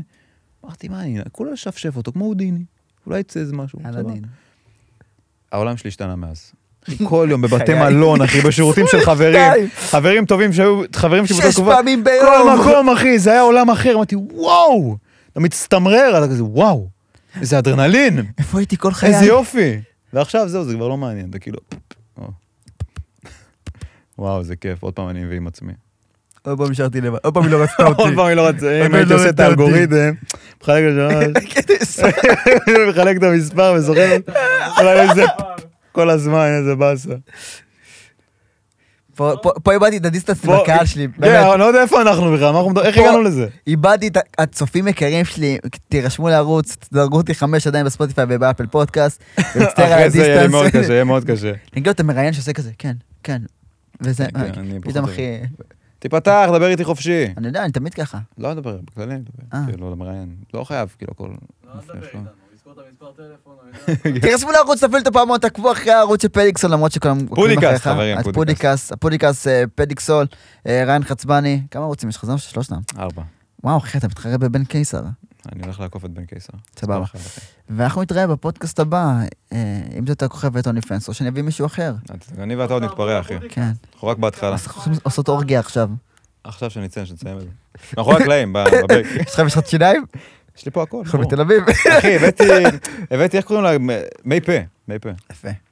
אמרתי, מה, אני כולה לשפשף אותו, כמו הודיני. אולי יצא איזה משהו.
על
סבבה.
הדין.
העולם שלי השתנה מאז. אחי, כל יום בבתי
חיי.
מלון, אחי, בשירותים של חברים. חברים טובים שהיו, חברים שבאותה
שש
תקופה.
פעמים ביום.
כל מקום, אחי, זה היה עולם אחר. אמרתי, וואו! אתה מצטמרר, אתה כזה, וואו! איזה אדרנלין,
איפה הייתי כל חיי?
איזה יופי! ועכשיו זהו, זה כבר לא מעניין, אתה כאילו... או. וואו, זה כיף, עוד פעם אני מביא עם עצמי.
עוד פעם נשארתי לבד, עוד פעם היא לא רצתה אותי.
עוד פעם אני לא רצה, אם
באמת
הייתי
לא
עושה את
רצה אותי.
האלגוריתם, מחלק לשלוש, [LAUGHS] מחלק את המספר וזוכר, אולי
[LAUGHS]
איזה כל הזמן, איזה באסה.
פה- פה- פה איבדתי את הדיסטנס עם
פה-
הקהל שלי,
כן,
באמת.
אני לא יודע איפה אנחנו בכלל, מה אנחנו מדברים- איך
פה-
הגענו [LAUGHS] לזה?
איבדתי את ה- הצופים יקרים שלי, תירשמו לערוץ, תדרגו אותי חמש עדיין בספוטיפיי ובאפל
[LAUGHS]
פודקאסט. ומצטער על
אחרי זה יהיה
הדיסטנס.
מאוד
[LAUGHS]
קשה, יהיה מאוד קשה.
אני גם את המראיין שעושה כזה, כן, כן. וזה,
כן,
אה,
אני פחות
פתאום
אוהב.
אחי,
[LAUGHS] תיפתח, דבר איתי חופשי.
אני יודע, אני תמיד
[LAUGHS]
ככה.
לא לדבר, בכללי אני מדבר,
אה.
כאילו, למראיין. לא חייב, כאילו, הכל...
לא, אל תדבר איתנו, יזכור את המספר טלפון. אני יודע.
תירשמו לערוץ, תפעילו את הפעמון, תעקבו אחרי הערוץ של פדיקסול, למרות שכולם... עוקבים
פודיקאסט,
אחריך.
חברים,
את
פודיקאסט.
פודיקאסט, הפודיקאסט, אה, פדיקסול, אה, רן חצבני, כמה ערוצים יש לך? זה מה ששלושתם.
ארבע.
וואו, אחי, אתה מתחרה בבן קיסר.
אני הולך לעקוף את בן קיסר. לא
סבבה.
אחי.
ואנחנו נתראה בפודקאסט הבא, אה, אם זה אתה כוכב את אוני פנס, או שאני אביא מישהו אחר.
אני ואתה עוד נתפרע, אחי.
כן.
אנחנו רק
[LAUGHS]
בהתחלה.
אז אנחנו עושים- עושות אורגיה עכשיו.
עכשיו שנצא, שנסיים את זה. מאחורי הקלעים, ב- [LAUGHS] בבק.
יש לך משחת שיניים?
יש לי פה הכל. [LAUGHS]
אנחנו
ברור.
בתל אביב. [LAUGHS]
אחי, הבאתי, הבאתי, איך קוראים לה? מ- מי פה. מי פה.
יפה.